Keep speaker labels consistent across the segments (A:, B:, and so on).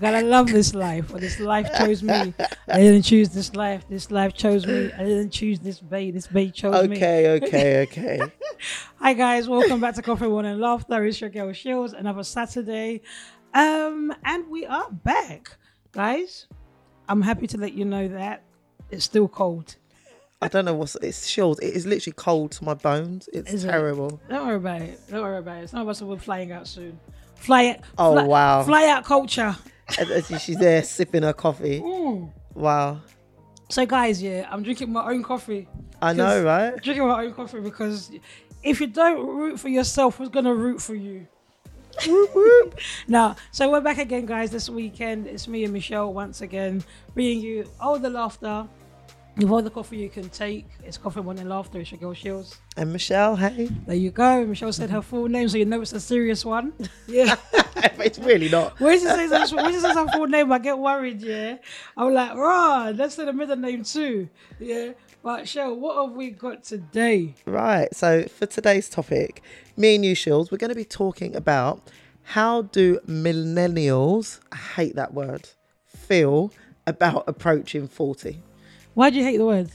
A: gotta love this life, or this life chose me. I didn't choose this life. This life chose me. I didn't choose this bay. This bay chose me.
B: Okay, okay, okay.
A: Hi guys, welcome back to Coffee One and Laughter. It's your girl Shields, another Saturday. Um, and we are back. Guys, I'm happy to let you know that it's still cold.
B: I don't know what's it's chilled. It is literally cold to my bones. It's
A: Is it?
B: terrible.
A: Don't worry about it. Don't worry about it. Some of us will be flying out soon. Fly out
B: Oh,
A: fly-
B: wow.
A: Fly out culture.
B: And- and She's there sipping her coffee.
A: Mm.
B: Wow.
A: So guys, yeah, I'm drinking my own coffee.
B: I know, right?
A: Drinking my own coffee because if you don't root for yourself, who's gonna root for you?
B: Whoop, whoop.
A: Now, so we're back again, guys, this weekend. It's me and Michelle once again, bringing you all the laughter. With all the coffee you can take, it's coffee morning laughter. It's your girl Shields.
B: And Michelle, hey.
A: There you go. Michelle said her full name, so you know it's a serious one. Yeah.
B: it's really not.
A: When she says her, when she says her full name, I get worried. Yeah, I'm like, rah, let's say the middle name too. Yeah, but Shell, what have we got today?
B: Right. So for today's topic, me and you, Shields, we're going to be talking about how do millennials, I hate that word, feel about approaching 40.
A: Why do you hate the word?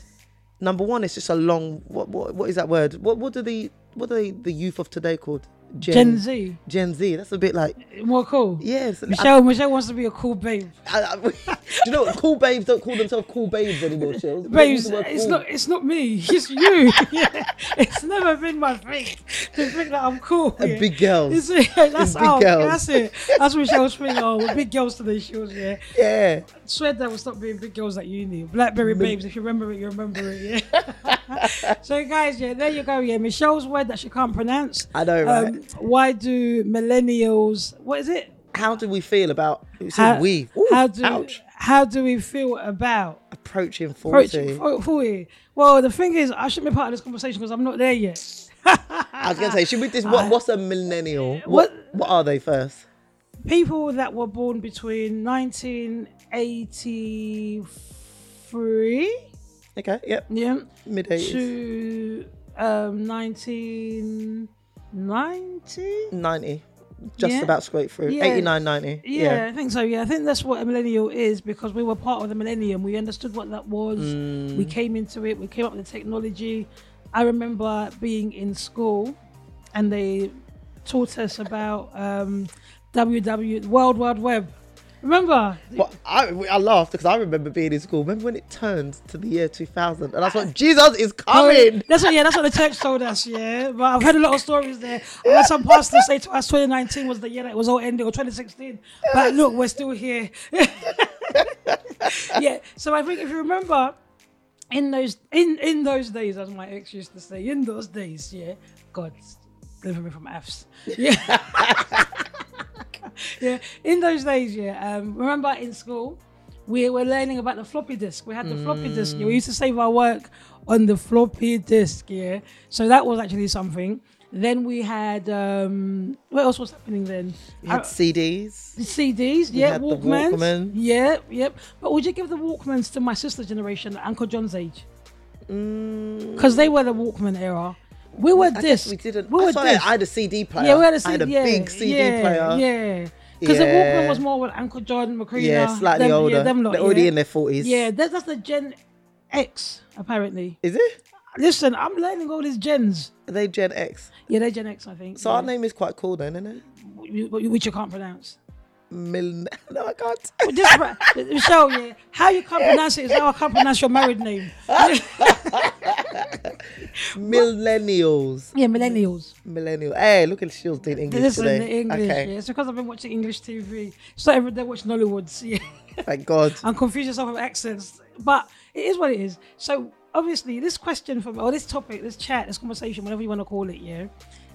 B: Number one, it's just a long, what, what, what is that word? What, what do the, what are the, the youth of today called? Gen,
A: Gen Z.
B: Gen Z. That's a bit like,
A: More cool.
B: yeah. it's- I-
A: Michelle, Michelle wants to be a cool babe.
B: I- I- do you know what? Cool babes don't call themselves cool babes anymore, Shields. They use
A: Babes,
B: the word
A: it's
B: cool.
A: not it's not me. It's you. Yeah. It's never been my thing to think that I'm cool.
B: And
A: yeah.
B: big
A: It's,
B: girls.
A: yeah, that's
B: big
A: how-
B: girls.
A: That's it. That's what Michelle's thing. Oh, we're big girls today. She was yeah.
B: Yeah.
A: swear that will stop being big girls at uni. Blackberry babes, if you remember it, you remember it, yeah. so guys, yeah, there you go. Yeah, Michelle's word that she can't pronounce. Um,
B: I know, right?
A: why do millennials what is it?
B: how do we feel about, you see,
A: How-
B: we, Ooh,
A: how do
B: ouch,
A: how do we feel about
B: approaching 40.
A: approaching fo- 40? Well, the thing is, I shouldn't be part of this conversation because I'm not there yet.
B: I was gonna say, should we just what, what's a millennial? What
A: what-
B: what are they first?
A: People that were born between 1983
B: Okay, yep,
A: yeah,
B: mid eighties,
A: to um, 1990.
B: ninety, just
A: Yeah.
B: about straight through,
A: Yeah.
B: 89, 90.
A: Yeah, I think so. Yeah, I think that's what a millennial is because we were part of the millennium. We understood what that was. We came into it. We came up with the technology. I remember being in school, and they taught us about um, WW World Wide Web. Remember?
B: But I, I laughed because I remember being in school. Remember when it turned to the year 2000 and I thought, Jesus is coming.
A: That's what, yeah, that's what the church told us, yeah. But I've heard a lot of stories there. I had some pastors say to us 2019 was the year that it was all ended, or 2016. But look, we're still here. yeah, so I think if you remember, in those in in those days, as my ex used to say, in those days, yeah, God, deliver me from Fs. Yeah. yeah, in those days, yeah. Um, remember in school, we were learning about the floppy disk. We had the floppy disk. yeah. We used to save our work on the floppy disk, yeah. So that was actually something. Then we had um, what else was happening then?
B: We had
A: Uh,
B: CDs.
A: the CDs, yeah,
B: had the
A: Walkmans,
B: Walkman.
A: yeah, yep. But would you give the Walkmans to my sister's generation, Uncle John's age?
B: Mm.
A: Because they were the Walkman era. We were
B: I guess
A: this.
B: we didn't.
A: We were
B: I, I
A: this.
B: had a CD player.
A: Yeah, we had a
B: I
A: CD.
B: had a
A: yeah,
B: big CD
A: yeah,
B: player. Yeah,
A: Yeah. Because the
B: Yeah.
A: Walkman was more with Uncle John, Macrina.
B: slightly
A: them,
B: older.
A: Yeah, them lot,
B: They're already
A: yeah.
B: in their 40s.
A: Yeah, that, that's the Gen X, apparently.
B: Is it?
A: Listen, I'm learning all these gens.
B: Are they Gen X?
A: Yeah, they're Gen X, I think.
B: So
A: yeah.
B: our name is quite cool then, isn't it?
A: W- w- Which you can't pronounce.
B: Millen. No, I can't.
A: But this, pro- Michelle, yeah, how you can't pronounce it is how I can't pronounce your married name.
B: Millennials.
A: Yeah, millennials.
B: Millennial. Hey, look at Shields doing English
A: This is
B: today.
A: the English.
B: okay,
A: Yeah, it's because I've been watching English TV. It's not every day I watch Nollywoods. Yeah,
B: thank God.
A: and confuse yourself with accents. But it is what it is. So obviously, this question from or this topic, this chat, this conversation, whatever you want to call it, yeah,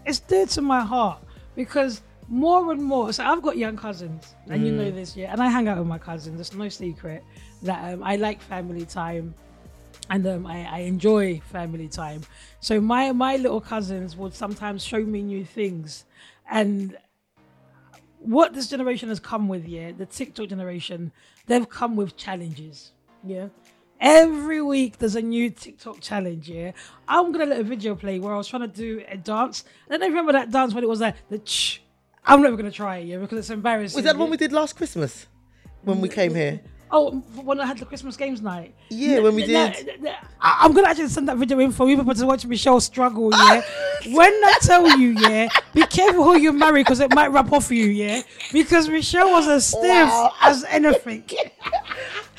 A: it's dear to my heart because more and more. So I've got young cousins, and you know this, yeah, and I hang out with my cousins. It's no secret that um, I like family time and um, I, I enjoy family time. So my my little cousins would sometimes show me new things, and what this generation has come with, yeah, the TikTok generation, they've come with challenges, yeah. Every week there's a new TikTok challenge, yeah. I'm gonna let a video play where I was trying to do a dance. I don't know if you remember that dance when it was like the ch. I'm never gonna try it, yeah, because it's embarrassing.
B: Was that the one
A: yeah.
B: we did last Christmas? when we came here.
A: Oh, f- when I had the Christmas games night.
B: Yeah,
A: N-
B: when we
A: n- n-
B: did.
A: n- I- I'm gonna actually send that video in for you people to watch Michelle struggle. Yeah, when I tell you, yeah, be careful who you marry because it might wrap off you. Yeah, because Michelle was as stiff
B: Wow.
A: as anything.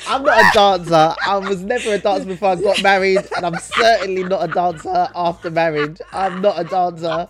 B: I'm not a dancer. I was never a dancer before I got married, and I'm certainly not a dancer after marriage. I'm not a dancer.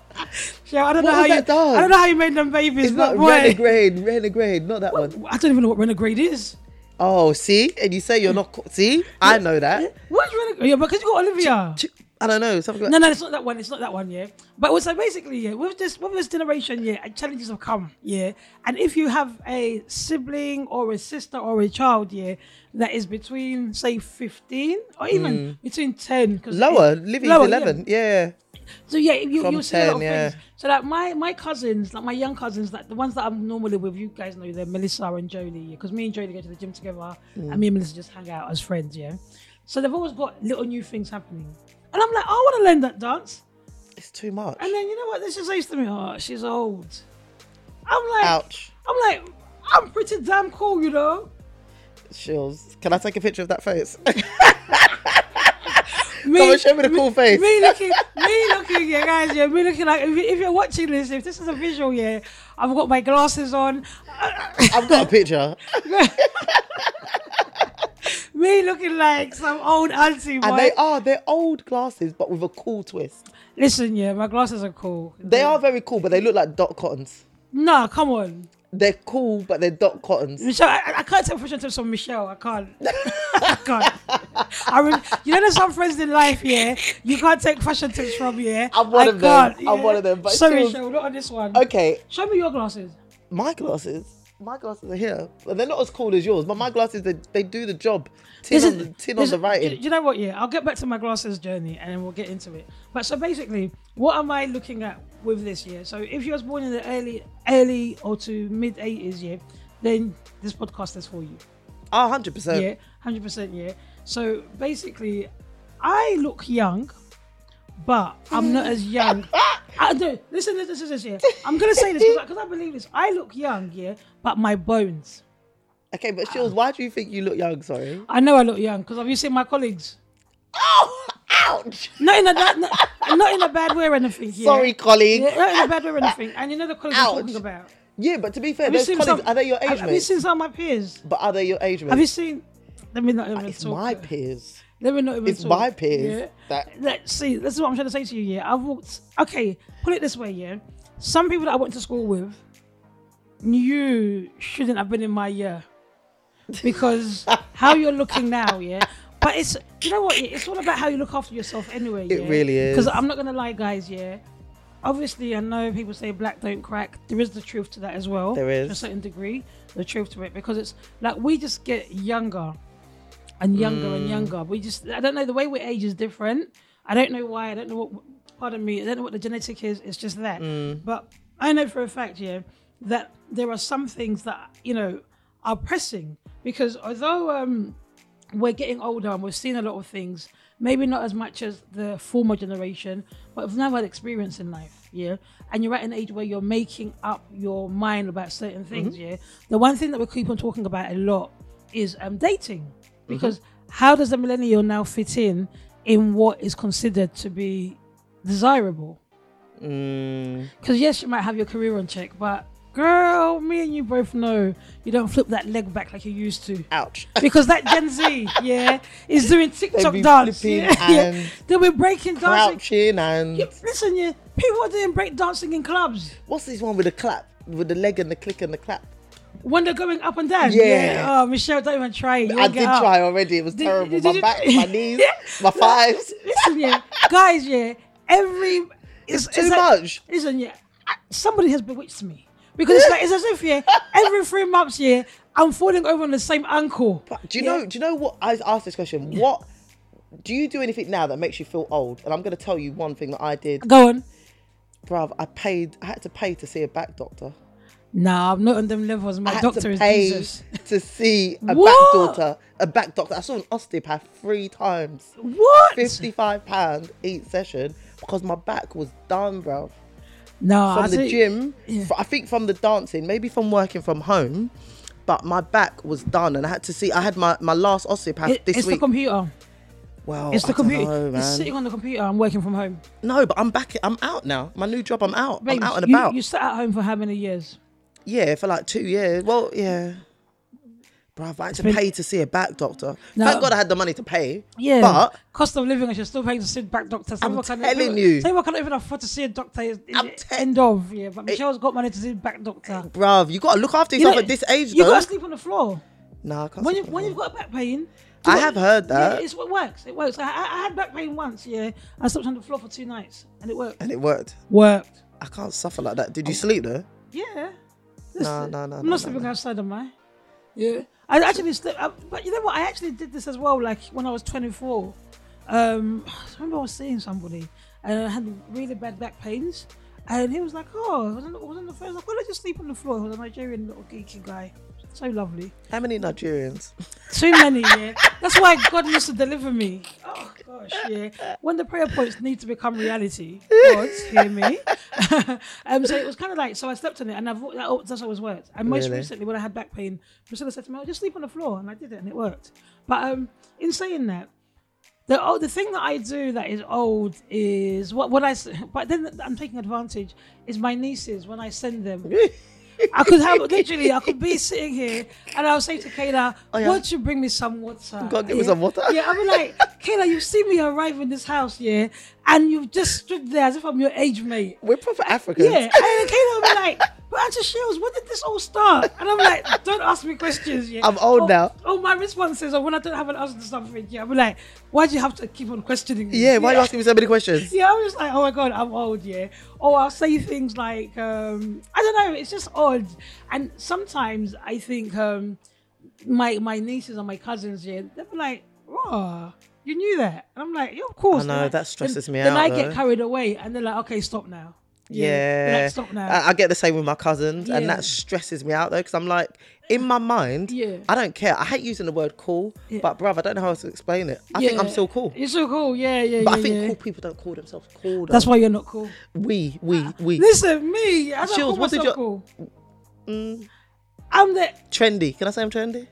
A: Michelle, I don't
B: What
A: know how
B: was
A: you.
B: that dance?
A: I don't know how you made them babies,
B: It's
A: but
B: not
A: boy,
B: renegade, renegade, not that one.
A: I don't even know what renegade is.
B: Oh, see, and you say you're not. co- See, I know that.
A: What's renegade? Yeah, because you got Olivia.
B: Ch- I don't know something. Like,
A: No, no, it's not that one. It's not that one. Yeah, but also basically, yeah, with this with this generation, yeah, and challenges have come. Yeah, and if you have a sibling or a sister or a child, yeah, that is between say fifteen or even between ten, cause
B: Hmm. lower,
A: it-
B: Livy's
A: lower, yeah.
B: eleven. Yeah.
A: So yeah, you
B: From
A: you see a lot
B: 10,
A: of
B: yeah.
A: things. So like my my cousins, like my young cousins, like the ones that I'm normally with, you guys know they're Melissa and Jolie, because me and Jolie go to the gym together,
B: Hmm.
A: and me and Melissa just hang out as friends. Yeah, so they've always got little new things happening, and I'm like, I want to learn that dance.
B: it's too much.
A: And then you know what? This just says to me, oh, she's old. I'm like,
B: Ouch.
A: I'm like, I'm pretty damn cool, you know.
B: Shills. Can I take a picture of that face?
A: Me,
B: Come on, show me the cool face.
A: me looking, me looking, yeah, guys, yeah, me looking like if, you- if you're watching this, if this is a visual, yeah, I've got my glasses on.
B: I've got a picture.
A: me looking like some old auntie.
B: And
A: boy.
B: they are, they're old glasses, but with a cool twist.
A: Listen, yeah, my glasses are cool.
B: They are very cool, but they look like dot cottons.
A: Nah, come on,
B: They're cool, but they're dot cottons.
A: Michelle. I, I can't tell friendship tips from Michelle. I can't. I can't. I re- you know, there's some friends in life, yeah. You can't take fashion tips from, yeah.
B: I'm one
A: I
B: of them.
A: can't,
B: I'm one of them, but
A: Sorry,
B: still-
A: Michelle, not on this one.
B: Okay,
A: Show me your glasses.
B: my glasses. My glasses are here, but they're not as cool as yours. But my glasses, they, they do the job. Tin, on, the, tin on
A: this-
B: the
A: Do,
B: writing.
A: do you know what? Yeah, I'll get back to my glasses journey and then we'll get into it. But so basically, what am I looking at with this year? So if you was born in the early, early or to mid 80s, yeah, then this podcast is for you.
B: Oh, 100%.
A: yeah, hundred percent. Yeah. So basically, I look young, but I'm not as young. I do. Listen, listen, listen, listen. Yeah. I'm gonna say this because I believe this. I look young, yeah, but my bones.
B: Okay, but Shills, why do you think you look young? Sorry.
A: I know I look young because have you seen my colleagues?
B: Oh, ouch.
A: Not in a that, not, not in a bad way or anything. Yeah.
B: Sorry, colleague.
A: Yeah,
B: Yeah.
A: not in a bad way or anything. And you know the colleagues I'm talking
B: Ouch.
A: about.
B: but to be fair,
A: Have you
B: those
A: seen
B: colleagues,
A: some,
B: are they your age,
A: have,
B: mate?
A: have you seen some of my peers?
B: But are they your age, mate?
A: Have you seen? Let me not even
B: it's
A: talk.
B: my peers.
A: Let me not even
B: It's
A: talk.
B: my peers.
A: Yeah.
B: That
A: let's see, this is what I'm trying to say to you, yeah. I've walked okay, put it this way, yeah. Some people that I went to school with knew shouldn't have been in my year. Because how you're looking now, yeah. But it's you know what, yeah, it's all about how you look after yourself anyway.
B: It really is.
A: Because I'm not gonna lie, guys, yeah. Obviously, I know people say black don't crack. There is the truth to that as well.
B: There is.
A: to a certain degree, the truth to it, because it's like we just get younger and younger
B: Mm.
A: and younger. We just, I don't know, the way we age is different. I don't know why. I don't know what, pardon me, I don't know what the genetic is. It's just that.
B: Mm.
A: But I know for a fact, yeah, that there are some things that, you know, are pressing because although um, we're getting older and we've seen a lot of things, maybe not as much as the former generation, but we've now had experience in life, yeah? And you're at an age where you're making up your mind about certain things, yeah? The one thing that we keep on talking about a lot is um, dating because how does the millennial now fit in in what is considered to be desirable?
B: mm,
A: Because yes, you might have your career on check, but girl, me and you both know you don't flip that leg back like you used to.
B: ouch.
A: Because that Gen Z, yeah, is doing TikTok
B: be
A: dance.
B: flipping
A: Yeah, yeah.
B: and
A: They'll be breaking dancing.
B: Crouching and
A: Yeah, Listen, yeah, people are doing break dancing in clubs
B: what's this one with the clap, with the leg and the click and the clap?
A: when they're going up and down.
B: Yeah.
A: Oh, Michelle, don't even try it. You
B: I
A: won't
B: did
A: get up.
B: try already. It was
A: Did-
B: terrible.
A: did
B: my
A: you-
B: back, my knees, my fives.
A: Listen, yeah, guys, yeah, every
B: It's,
A: It's
B: too
A: like-
B: much.
A: Listen, yeah, I- somebody has bewitched me because it's like it's as if yeah, every three months yeah, I'm falling over on the same ankle.
B: Do you
A: Yeah.
B: know? Do you know what? I asked this question. What do you do anything now that makes you feel old? And I'm going to tell you one thing that I did,
A: Go on.
B: bruv. I paid. I had to pay to see a back doctor.
A: Nah, I'm not on them levels.
B: I
A: My
B: had
A: doctor
B: to
A: is
B: pay
A: Jesus.
B: to see a
A: What?
B: back doctor. A back doctor. I saw an osteopath three times.
A: What?
B: Fifty-five pound each session because my back was done, bruv.
A: Nah,
B: from
A: I
B: the
A: see-
B: gym.
A: Ah, Yeah.
B: fr- I think from the dancing, maybe from working from home. but my back was done, and I had to see. I had my, my last osteopath
A: It-
B: this
A: it's
B: week.
A: the computer.
B: well,
A: It's
B: I
A: the
B: don't
A: computer.
B: know,
A: it's
B: man.
A: sitting on the computer. I'm working from home.
B: No, but I'm back. I'm out now. My new job. I'm out.
A: Babes,
B: I'm out and
A: you,
B: about.
A: You sat at home for how many years?
B: Yeah, for like two years. Well, yeah. Bruv, I had to
A: been-
B: pay to see a back doctor.
A: No.
B: Thank God I had the money to pay.
A: Yeah.
B: But
A: cost of living, and you're still paying to see back doctor. Some
B: I'm
A: people can't-
B: telling
A: some-
B: you.
A: Some people cannot even afford to see a doctor. It's,
B: I'm
A: it's
B: te-
A: end of yeah. But Michelle's got money to see back doctor.
B: bruv, you gotta look after
A: You
B: yourself
A: know,
B: at this age
A: you
B: though.
A: gotta sleep on the floor.
B: Nah, I can't
A: When you
B: sleep on
A: when
B: that.
A: you've got back pain.
B: I have heard
A: Yeah,
B: that.
A: it's, it works. It works. I, I, I had back pain once, yeah. I slept on the floor for two nights, and it worked.
B: and it worked.
A: Worked.
B: I can't suffer like that. Did
A: Oh.
B: you sleep though?
A: Yeah.
B: No,
A: Listen,
B: no, no,
A: I'm
B: no, no,
A: not sleeping
B: no.
A: outside, am I? Yeah. I actually slept, I, but you know what? I actually did this as well. Like when I was 24, um, I remember I was seeing somebody and I had really bad back pains, and he was like, "Oh, I was on the, I was on the phone. I was like, why don't you sleep on the floor?" He was a Nigerian little geeky guy, so lovely.
B: How many Nigerians?
A: Too many, yeah. That's why God used to deliver me. Oh gosh, yeah. When the prayer points need to become reality, God hear me. um, so it was kind of like so I slept on it, and I've that, al- that's always worked. And most
B: Really?
A: recently, when I had back pain, Priscilla said to me, "Oh, "Just sleep on the floor," and I did it, and it worked. But um, in saying that. The, oh, the thing that I do that is old is what what I s- but then I'm taking advantage is my nieces when I send them I could have literally, I could be sitting here and I'll say to Kayla,
B: Oh, yeah.
A: Won't you bring me some water?
B: God, give
A: yeah.
B: me some water.
A: Yeah, I'll be like, Kayla, you've seen me arrive in this house, yeah, and you've just stood there as if I'm your age mate.
B: We're proper Africans.
A: Yeah, and then Kayla will be like, but Auntie Shields, when did this all start? And I'm like, don't ask me questions. Yeah,
B: I'm old
A: Or-
B: now.
A: Or my responses, or when I don't have an answer to something, yeah, I'm like, why do you have to keep on questioning me?
B: Yeah, why are you asking me so many questions?
A: Yeah, I'm just like, oh my god, I'm old, yeah. Or I'll say things like, um, I don't know, it's just odd. And sometimes I think um, my my nieces and my cousins, yeah, they're like, oh, you knew that. And I'm like, yeah, of course.
B: I know,
A: They're like-
B: that stresses
A: then,
B: me
A: Then
B: out,
A: I get
B: though.
A: carried away, and they're like, okay, stop now. They're
B: Yeah. Uh,
A: like, stop now.
B: I, I get the same with my cousins, and
A: Yeah.
B: that stresses me out though, because I'm like, in my mind,
A: Yeah.
B: I don't care. I hate using the word cool,
A: Yeah.
B: but bruv, I don't know how else to explain it. I think I'm
A: Yeah.
B: still cool.
A: You're so cool, yeah, yeah,
B: oh. But
A: yeah.
B: I think
A: yeah.
B: cool people don't call themselves cool. Though.
A: That's why you're not cool.
B: we, we, we.
A: Listen, me, I don't call
B: Shields, what did
A: myself
B: your-
A: cool.
B: Mm,
A: I'm the
B: trendy. Can I say I'm trendy?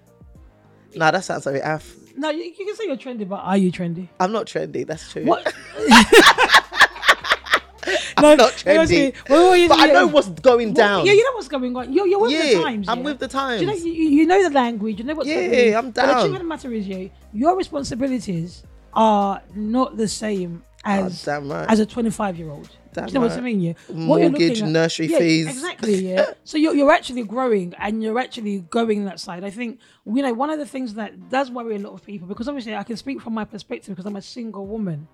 B: Nah, that sounds like it. Af.
A: no. You, you can say you're trendy, but are you trendy?
B: I'm not trendy. That's true.
A: What?
B: I'm not
A: Honestly,
B: trendy.
A: when we were in
B: But I
A: the- um,
B: know what's going down.
A: Yeah, you know what's going on. You're, you're with
B: Yeah,
A: the times.
B: I'm
A: yeah.
B: with the
A: Do you know
B: times.
A: you, you know the language. You know what's
B: Yeah,
A: going on.
B: I'm
A: But the
B: down.
A: truth of the matter is, yeah, your responsibilities are not the same as
B: Ah, damn right.
A: as a 25 year old. Do
B: Damn
A: you know what I
B: right.
A: mean? Yeah.
B: Mortgage, nursery
A: yeah,
B: fees.
A: Exactly. Yeah. so you're, you're actually growing and you're actually going that side. I think you know one of the things that does worry a lot of people because obviously I can speak from my perspective because I'm a single woman.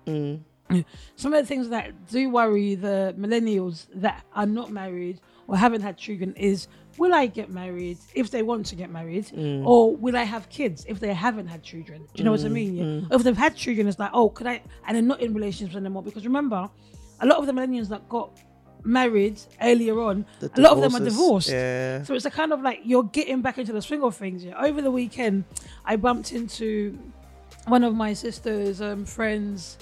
A: Some of the things that do worry the millennials that are not married or haven't had children is will I get married if they want to get married,
B: Mm.
A: or will I have kids if they haven't had children? Do you know what I mean? Yeah.
B: mm.
A: If they've had children, it's like, oh, could I? And they're not in relationships anymore because remember, a lot of the millennials that got married earlier on,
B: The
A: a lot of them are
B: divorces,
A: divorced.
B: yeah.
A: So it's a kind of like you're getting back into the swing of things. Yeah. Over the weekend, I bumped into one of my sister's um, friends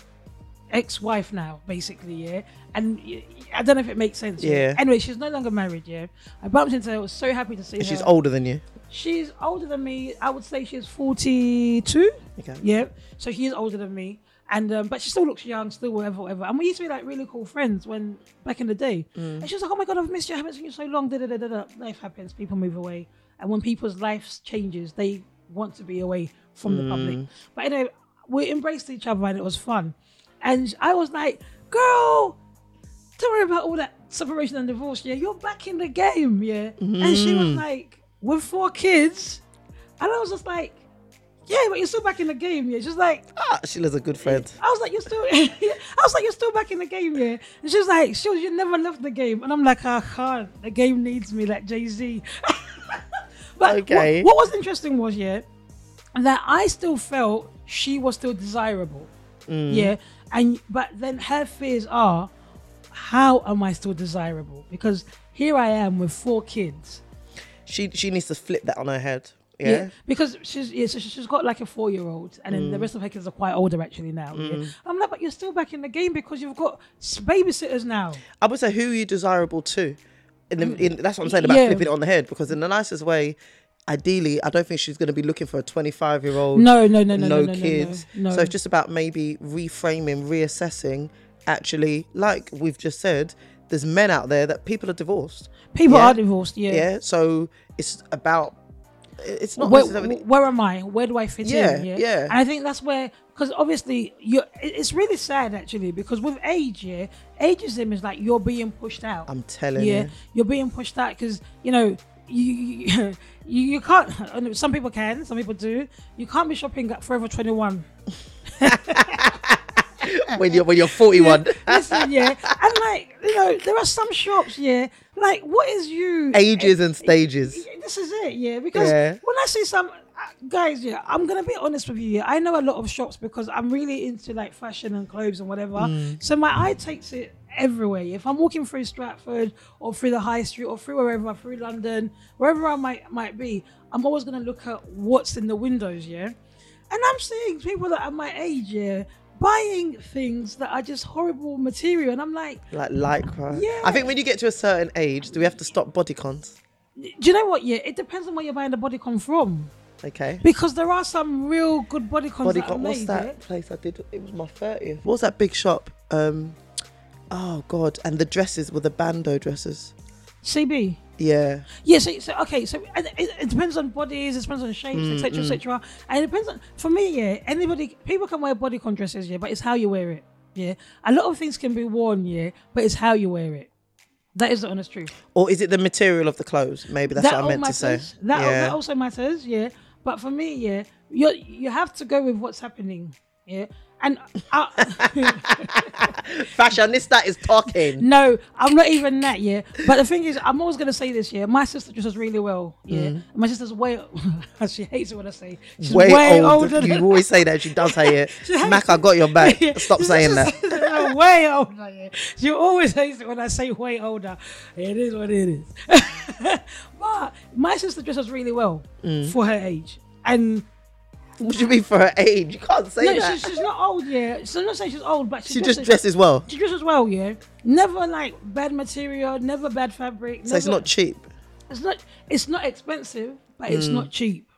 A: ex-wife now basically yeah and y- y- i don't know if it makes sense
B: Yeah.
A: anyway she's no longer married yeah i bumped into her i was so happy to see
B: And
A: her
B: she's older than you.
A: she's older than me i would say she's 42
B: Okay.
A: yeah so she is older than me and um, but she still looks young still whatever whatever and we used to be like really cool friends when back in the day and she was like oh my god i've missed you i haven't seen you so long da, da, da, da, da. life happens people move away and when people's lives changes they want to be away from the public but anyway we embraced each other and it was fun and i was like girl don't worry about all that separation and divorce. Yeah, you're back in the game. Yeah. And she was like, with four kids. And I was just like, yeah, but you're still back in the game. Yeah. She's like,
B: Ah, Sheila's a good friend.
A: I was like, you're still, I was like, you're still back in the game. Yeah. And she was like, sure, you never left the game. And I'm like, I can't. The game needs me, like Jay Z. but
B: Okay.
A: what, what was interesting was, yeah, that I still felt she was still desirable. Yeah. And, but then her fears are, how am I still desirable? Because here I am with four kids.
B: She she needs to flip that on her head. Yeah.
A: Because she's yeah, so she's got like a four year old, and
B: Mm.
A: then the rest of her kids are quite older actually now. yeah. I'm like, but you're still back in the game because you've got s- babysitters now.
B: I would say who are you desirable to? In the, in, that's what I'm saying about
A: Mm. Yeah.
B: flipping it on the head because in the nicest way, ideally, I don't think she's going to be looking for a 25 year old,
A: No, no, no, no, no,
B: no,
A: no, no,
B: kids.
A: no, no.
B: So it's just about maybe reframing, reassessing. Actually, like we've just said, there's men out there that people are divorced.
A: People
B: Yeah.
A: are divorced. Yeah.
B: Yeah. So it's about, it's not
A: Where,
B: necessarily.
A: where am I? Where do I fit
B: Yeah,
A: in?
B: yeah.
A: And I think that's where, because obviously, you. are It's really sad actually, because with age, yeah, ageism is like you're being pushed out.
B: I'm telling
A: yeah,
B: you.
A: you're being pushed out because you know you you, you you can't. I know Some people can, some people do. You can't be shopping at Forever Twenty One.
B: when you're when you're 41,
A: Listen, yeah, and like you know, there are some shops, yeah. Like, what is you?
B: ages and stages.
A: Yeah, this is it, yeah. Because
B: Yeah.
A: when I see some uh, guys, yeah, I'm gonna be honest with you. Yeah, I know a lot of shops because I'm really into like fashion and clothes and whatever. So my eye takes it everywhere. If I'm walking through Stratford or through the high street or through wherever, through London, wherever I might might be, I'm always gonna look at what's in the windows, yeah. And I'm seeing people that are my age, yeah, buying things that are just horrible material, and I'm like,
B: Like lycra.
A: Yeah.
B: I think when you get to a certain age, do we have to stop body cons?
A: do you know what? Yeah, it depends on where you're buying the bodycon from.
B: Okay.
A: Because there are some real good body cons
B: Body
A: that are
B: con. What's
A: made,
B: that
A: yeah?
B: place I did? It was my 30th. What was that big shop? Um, oh god. And the dresses were the bando dresses.
A: CB.
B: Yeah.
A: Yeah, so, so okay, so it, it it depends on bodies, it depends on shapes,
B: Mm,
A: etc., etc. And it depends on, for me, yeah, anybody, people can wear body con dresses, yeah, but it's how you wear it, yeah. A lot of things can be worn, yeah, but it's how you wear it. That is the honest truth.
B: Or is it the material of the clothes? Maybe that's
A: that
B: what I
A: all
B: meant to
A: matters.
B: say.
A: That, al-
B: yeah.
A: that also matters, yeah. But for me, yeah, you you have to go with what's happening, yeah. And uh, I,
B: Fashionista is talking.
A: No, I'm not even that, yeah. But the thing is, I'm always going to say this, yeah. My sister dresses really well, yeah. My sister's way, she hates it when I say she's way,
B: Mm. Way, old.
A: older
B: You
A: than
B: always say that. She does say it.
A: hates
B: Mac, I got your back. Stop
A: She's
B: saying that.
A: just- way older, yeah. She always hates it when I say way older. It is what it is. but my sister dresses really well
B: Mm.
A: for her age. And
B: What do you mean for her age? You can't say
A: no,
B: that.
A: she's, she's not old, yeah. So I'm not saying she's old, but she,
B: she just dresses well.
A: She dresses well, yeah. Never like bad material, never bad fabric.
B: So it's
A: never-
B: not cheap.
A: it's not it's not expensive, but it's not cheap.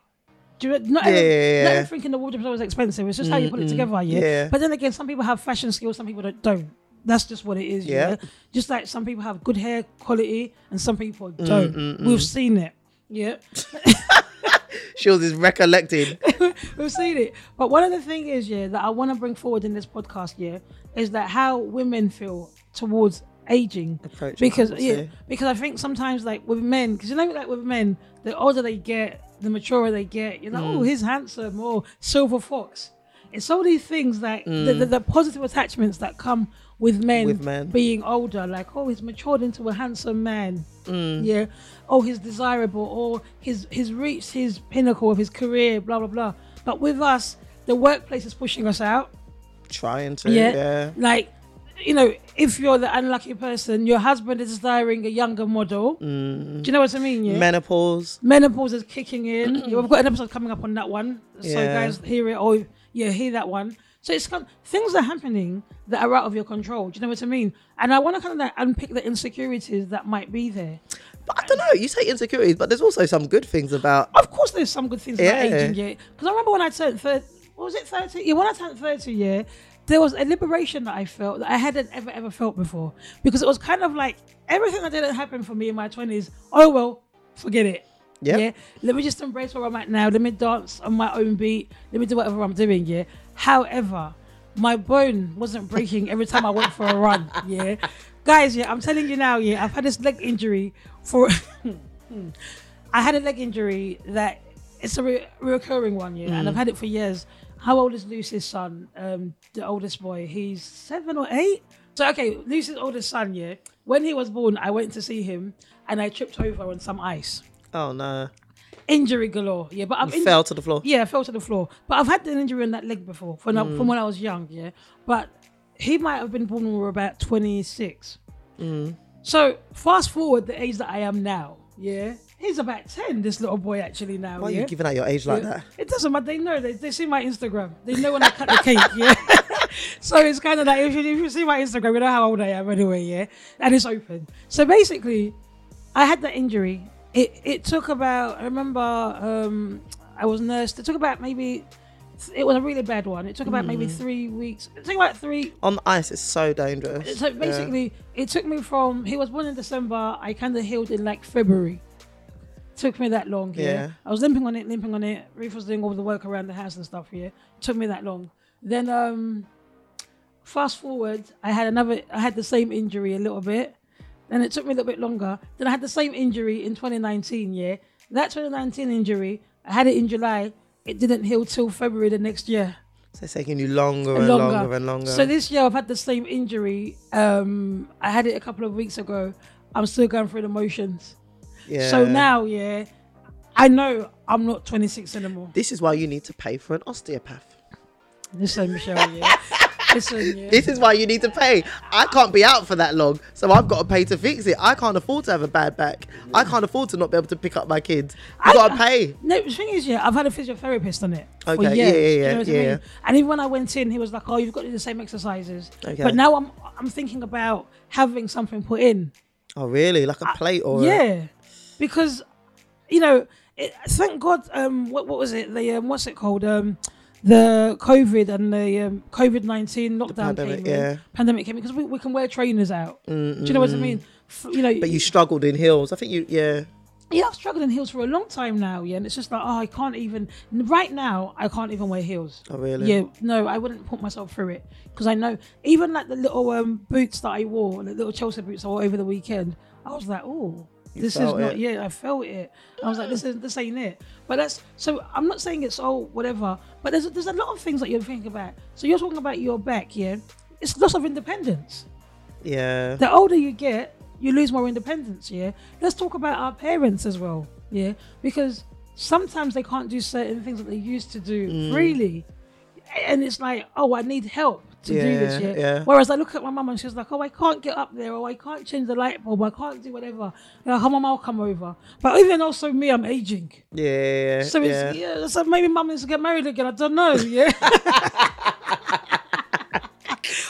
A: Do you, not,
B: Hmm. Yeah,
A: every- not
B: yeah, yeah. Mm-hmm.
A: everything in the wardrobe is always expensive. It's just how you put it together, yeah?
B: yeah.
A: But then again, some people have fashion skills, some people don't. don't. That's just what it is. Yeah.
B: Yeah.
A: Just like some people have good hair quality and some people
B: Mm,
A: don't. We've seen it. Yeah.
B: Shields is recollecting.
A: We've seen it. But one of the things is, yeah, that I want to bring forward in this podcast, yeah, is that how women feel towards aging.
B: Approaching
A: because
B: puberty.
A: yeah, because I think sometimes like with men, because you know like with men, the older they get, the maturer they get. You're like, oh,
B: Mm.
A: he's handsome, or silver fox. It's all these things like the, the, the positive attachments that come with men,
B: Mm. With men.
A: being older, like oh, he's matured into a handsome man.
B: Mm.
A: Yeah. Oh, he's desirable, or he's he's reached his pinnacle of his career, blah blah blah. But with us, the workplace is pushing us out.
B: Trying to.
A: Yeah.
B: yeah.
A: Like, you know, if you're the unlucky person, your husband is desiring a younger model.
B: Mm.
A: Do you know what I mean? Yeah.
B: Menopause.
A: Menopause is kicking in. Yeah, We've got an episode coming up on that one. So
B: Yeah.
A: guys, hear it or yeah, hear that one. So it's kind things are happening that are out of your control. Do you know what I mean? And I want to kind of like unpick the insecurities that might be there.
B: But I don't know. You say insecurities, but there's also some good things about.
A: Of course, there's some good things about
B: Yeah.
A: aging, yeah. Because I remember when I turned 30, what was it 30? Yeah, when I turned 30, yeah, there was a liberation that I felt that I hadn't ever, ever felt before. Because it was kind of like everything that didn't happen for me in my 20s, oh well, forget it.
B: Yep.
A: Yeah. Let me just embrace where I'm at now. Let me dance on my own beat. Let me do whatever I'm doing, yeah. However, my bone wasn't breaking every time I went for a run, yeah. Guys, yeah, I'm telling you now, yeah, I've had this leg injury for. I had a leg injury that it's a re- reoccurring one, yeah, and I've had it for years. How old is Lucy's son? Um, the oldest boy, he's seven or eight. So okay, Lucy's oldest son, yeah. When he was born, I went to see him, and I tripped over on some ice.
B: Oh no!
A: Injury galore, yeah. But I'm in-
B: Fell to the floor.
A: yeah, I fell to the floor. But I've had an injury in that leg before from,
B: Mm.
A: from when I was young, yeah. But he might have been born when we were about 26.
B: Mm.
A: So fast forward the age that I am now, yeah. He's about 10, this little boy actually now.
B: Why are
A: yeah?
B: you giving out your age like that?
A: It doesn't matter. They know. They, they see my Instagram. They know when I cut the cake. Yeah. so it's kind of like if you, if you see my Instagram, you know how old I am anyway. Yeah. And it's open. So basically, I had that injury it it took about. I remember um, I was nursed. It took about maybe. It was a really bad one. It took about maybe three weeks. It took about three
B: On the ice, it's so dangerous.
A: so
B: Yeah.
A: basically, it took me from he was born in December. I kind of healed in like February. Took me that long. Yeah.
B: Yeah.
A: I was limping on it, limping on it. Ruth was doing all the work around the house and stuff. Yeah, took me that long. Then, um, fast forward, I had another. I had the same injury a little bit. Then it took me a little bit longer. Then I had the same injury in 2019. Yeah, that 2019 injury, I had it in July. It didn't heal till February the next year
B: So it's taking you longer and longer, and longer.
A: so this year I've had the same injury. Um, I had it a couple of weeks ago. I'm still going through the motions.
B: yeah.
A: So now, yeah, I know I'm not 26 anymore.
B: This is why you need to pay for an osteopath.
A: Listen, Michelle. Yeah. Listen, yeah.
B: This is why you need to pay. I can't be out for that long, so I've got to pay to fix it. I can't afford to have a bad back. I can't afford to not be able to pick up my kids. I
A: I-
B: got to pay.
A: No, the thing is, yeah, I've had a physiotherapist on it. for
B: Okay, yeah,
A: years,
B: yeah,
A: do you
B: yeah,
A: know what I
B: yeah,
A: mean?
B: yeah.
A: And even when I went in, he was like, "Oh, you've got to do the same exercises."
B: Okay.
A: But now I'm I'm thinking about having something put in.
B: Oh, really? Like a plate or a-
A: Yeah, because you know, it, thank God. Um, what what was it? The um, what's it called? Um, the COVID and the um, COVID nineteen lockdown
B: pandemic,
A: came in.
B: yeah.
A: Pandemic came in because we, we can wear trainers out. Do you know what I mean? F- you know,
B: but you struggled in heels. I think you, yeah,
A: yeah, I've struggled in heels for a long time now. Yeah, and it's just like, oh, I can't even. Right now, I can't even wear heels.
B: Oh, really?
A: Yeah, no, I wouldn't put myself through it because I know even like the little um boots that I wore, the little Chelsea boots I wore over the weekend, I was like, oh, this is
B: felt
A: not.
B: it.
A: Yeah, I felt it. I was like, this is this ain't it. But that's so. I'm not saying it's all whatever, but there's there's a lot of things that you're thinking about. So you're talking about your back, yeah. It's loss of independence
B: yeah.
A: the older you get, you lose more independence. Yeah. Let's talk about our parents as well. Yeah. Because sometimes they can't do certain things that they used to do
B: Mm.
A: freely. And it's like, oh, I need help to do this.
B: Yeah,
A: Yeah?
B: yeah.
A: Whereas I look at my mum and she's like, oh, I can't get up there, or I can't change the light bulb, I can't do whatever. Like, oh, mum, I'll come over. But even also me, I'm aging.
B: Yeah, yeah, yeah.
A: So
B: Mm, yeah.
A: it's yeah, so maybe mum needs to get married again. I don't know. Yeah.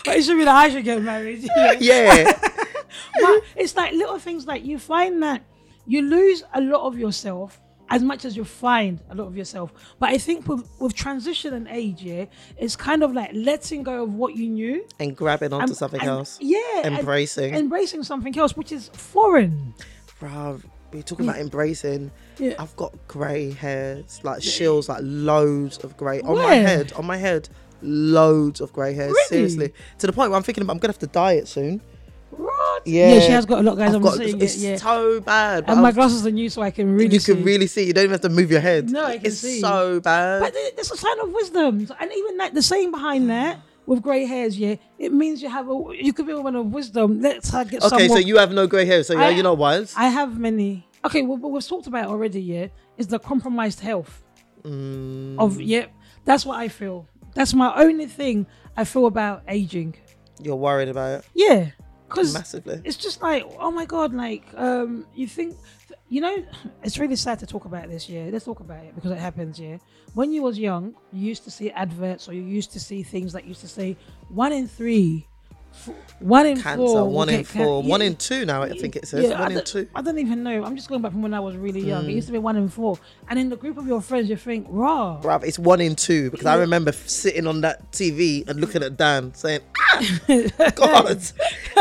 A: but it should be that I should get married. Yeah
B: yeah,
A: but it's like little things like you find that you lose a lot of yourself as much as you find a lot of yourself. But I think with, with transition and age, yeah, it's kind of like letting go of what you knew.
B: and grabbing onto
A: and-
B: something
A: and-
B: else.
A: Yeah. and
B: Embracing.
A: embracing something else, which is foreign.
B: Bruv, we're talking about embracing.
A: Mm. Yeah.
B: I've got grey hairs, like shills, like loads of grey on my
A: Where?
B: head. On my head, loads of grey hairs.
A: Really?
B: Seriously, to the point where I'm thinking I'm gonna have to dye it soon.
A: Right.
B: Yeah.
A: she has got a lot, guys.
B: I've
A: I'm
B: got
A: seeing
B: it's
A: it. Yeah.
B: so bad. but
A: and my
B: I'm-
A: glasses are new, so I can really
B: you
A: see.
B: can really see. You don't even have to move your head.
A: No, I can
B: it's
A: see.
B: so bad.
A: But th- that's a sign of wisdom, and even that the saying behind that with grey hairs, yeah, it means you have a you could be a woman of wisdom. Let's her get
B: okay, so
A: someone-
B: you have no grey hair, so yeah,
A: I-
B: you're not wise.
A: I have many. Okay, well, but we've talked about it already. Yeah, is the compromised health
B: Mm,
A: of yep. That's what I feel. That's my only thing I feel about aging.
B: you're worried about it
A: Yeah, because
B: massively.
A: it's just like oh my god like um you think you know it's really sad to talk about this yeah let's talk about it because it happens yeah when you was young you used to see adverts or you used to see things that used to say one in three f- one in
B: Cancer,
A: four will
B: one in
A: get can-
B: four, one
A: Yeah.
B: in two now. I think it says
A: Yeah, I
B: one in
A: don't-
B: two. Hmm.
A: I don't even know. I'm just going back from when I was really young. It used to be one in four. And in the group of your friends, you think, raw.
B: Bruv, it's one in two because
A: Mm.
B: I remember f- sitting on that TV and looking at Dan saying, ah, God.